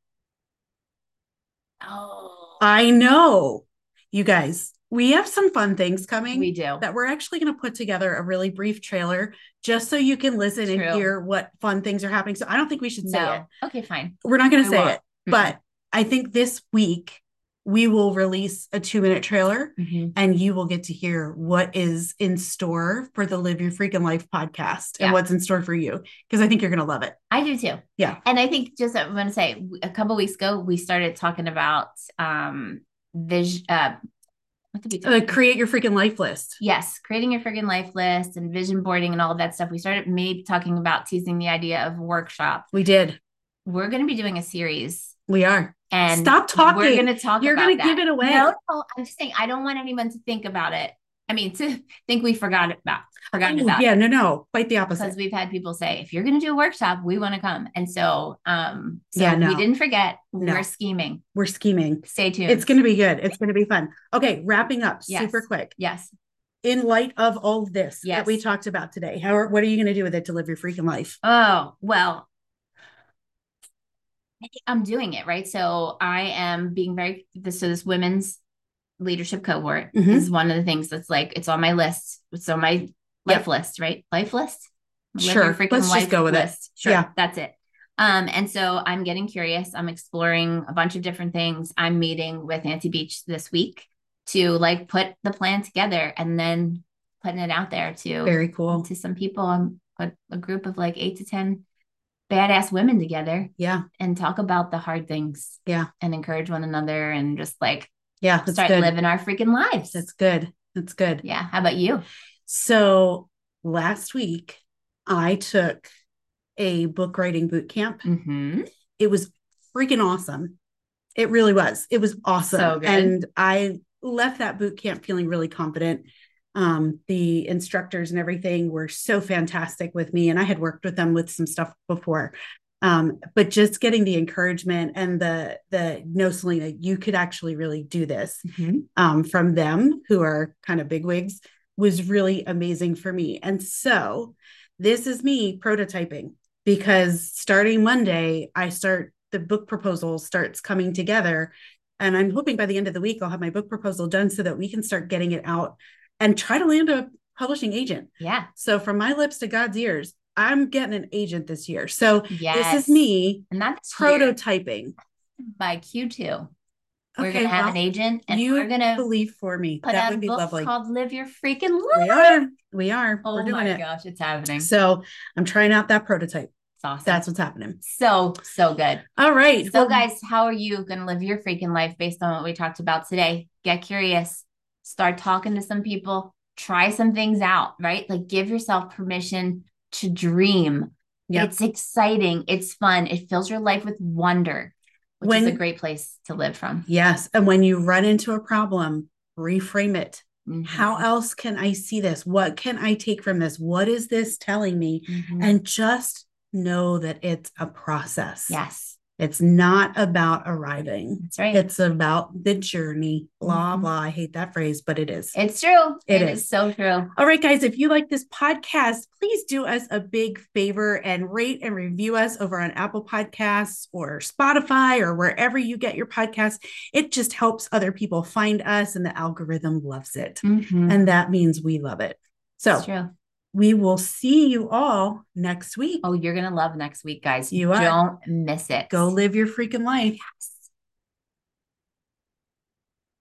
S1: Oh,
S2: I know. You guys, we have some fun things coming.
S1: we do.
S2: that we're actually going to put together a really brief trailer just so you can listen and
S1: True.
S2: hear what fun things are happening. So I don't think we should say it.
S1: No. Okay, fine.
S2: We're not going to
S1: I Mm-hmm.
S2: say
S1: won't.
S2: it, but I think this week we will release a two minute trailer
S1: Mhm.
S2: and you will get to hear what is in store for the Live Your Freaking Life podcast
S1: Yeah.
S2: and what's in store for you. Because I think you're going to love it.
S1: I do too.
S2: Yeah.
S1: And I think just I want to say w- a couple weeks ago we started talking about um vision uh what did we talk
S2: Uh,
S1: about?
S2: create your freaking life list.
S1: Yes, creating your freaking life list and vision boarding and all that stuff. We started maybe talking about teasing the idea of workshop.
S2: We did.
S1: We're going to be doing a series
S2: We are.
S1: and
S2: Stop talking.
S1: We're going to talk
S2: You're
S1: about
S2: going to
S1: that.
S2: give it away.
S1: No, no, I'm just saying I don't want anyone to think about it. I mean, to think we forgot about forgotten
S2: Oh,
S1: about
S2: yeah, no, no. Quite the
S1: because
S2: opposite.
S1: we've had people say if you're going to do a workshop, we want to come. And so um so
S2: Yeah,
S1: we
S2: no.
S1: didn't forget.
S2: No.
S1: We're scheming.
S2: We're scheming.
S1: Stay tuned.
S2: It's going to be good. It's going to be fun. Okay, wrapping up
S1: Yes.
S2: super quick.
S1: Yes.
S2: In light of all this
S1: Yes.
S2: that we talked about today, how are, what are you going to do with it to live your freaking life?
S1: Oh, well, I'm doing it, right? So I am being very this so this women's leadership cohort
S2: Mhm.
S1: is one of the things that's like it's on my list. So my life list, right? Life list. My life-
S2: Sure.
S1: my freaking
S2: Let's just
S1: life
S2: go with it.
S1: list. Sure.
S2: Yeah.
S1: That's it. Um, and so I'm getting curious. I'm exploring a bunch of different things. I'm meeting with Nancy Beach this week to like put the plan together and then putting it out there to
S2: Very cool.
S1: to some people um put a group of like eight to ten badass women together
S2: Yeah.
S1: and talk about the hard things
S2: Yeah.
S1: and encourage one another and just like
S2: Yeah. That's
S1: start
S2: good.
S1: living our freaking lives
S2: That's good. That's good.
S1: yeah how about you
S2: So last week, I took a book writing boot camp.
S1: mm-hmm.
S2: It was freaking awesome. It really was. It was awesome.
S1: So good.
S2: And I left that boot camp feeling really confident. Um, the instructors and everything were so fantastic with me, and I had worked with them with some stuff before. Um, but just getting the encouragement and the the no, Selena, you could actually really do this um, from them, who are kind of bigwigs, was really amazing for me. And so this is me prototyping because starting Monday, I start the book proposal starts coming together. And I'm hoping by the end of the week, I'll have my book proposal done so that we can start getting it out and try to land a publishing agent.
S1: yeah
S2: So from my lips to God's ears, I'm getting an agent this year. So
S1: yes
S2: this is me
S1: and that's proto
S2: prototyping.
S1: by q2 we're
S2: Okay,
S1: gonna have
S2: well,
S1: an agent and
S2: you
S1: we're gonna
S2: believe for me.
S1: put
S2: that
S1: out a
S2: would be
S1: book
S2: lovely.
S1: called live your freaking
S2: We
S1: life
S2: are. We are.
S1: oh
S2: We're doing
S1: my
S2: it.
S1: gosh it's happening
S2: So I'm trying out that prototype.
S1: it's awesome
S2: That's what's happening.
S1: so so good
S2: All right.
S1: So,
S2: Well,
S1: guys, how are you going to live your freaking life based on what we talked about today? Get curious, start talking to some people, try some things out, right? Like, give yourself permission to dream.
S2: Yep.
S1: It's exciting, it's fun, it fills your life with wonder, which is
S2: When-
S1: a great place to live from.
S2: Yes. And when you run into a problem, reframe it.
S1: Mhm.
S2: How else can I see this? What can I take from this? What is this telling me?
S1: Mhm.
S2: And just know that it's a process.
S1: Yes,
S2: It's not about arriving.
S1: that's right. It's,
S2: It's about the journey. Blah,
S1: Mhm.
S2: blah. I hate that phrase, but it is.
S1: true. it
S2: It
S1: is.
S2: is.
S1: so true.
S2: All right, guys, if you like this podcast, please do us a big favor and rate and review us over on Apple Podcasts or Spotify or wherever you get your podcasts. It just helps other people find us, and the algorithm loves it.
S1: Mhm.
S2: And that means we love it.
S1: It's
S2: So
S1: true.
S2: we will see you all next week.
S1: Oh, you're going to love next week, guys.
S2: You are.
S1: Don't miss it.
S2: Go live your freaking life.
S1: Yes.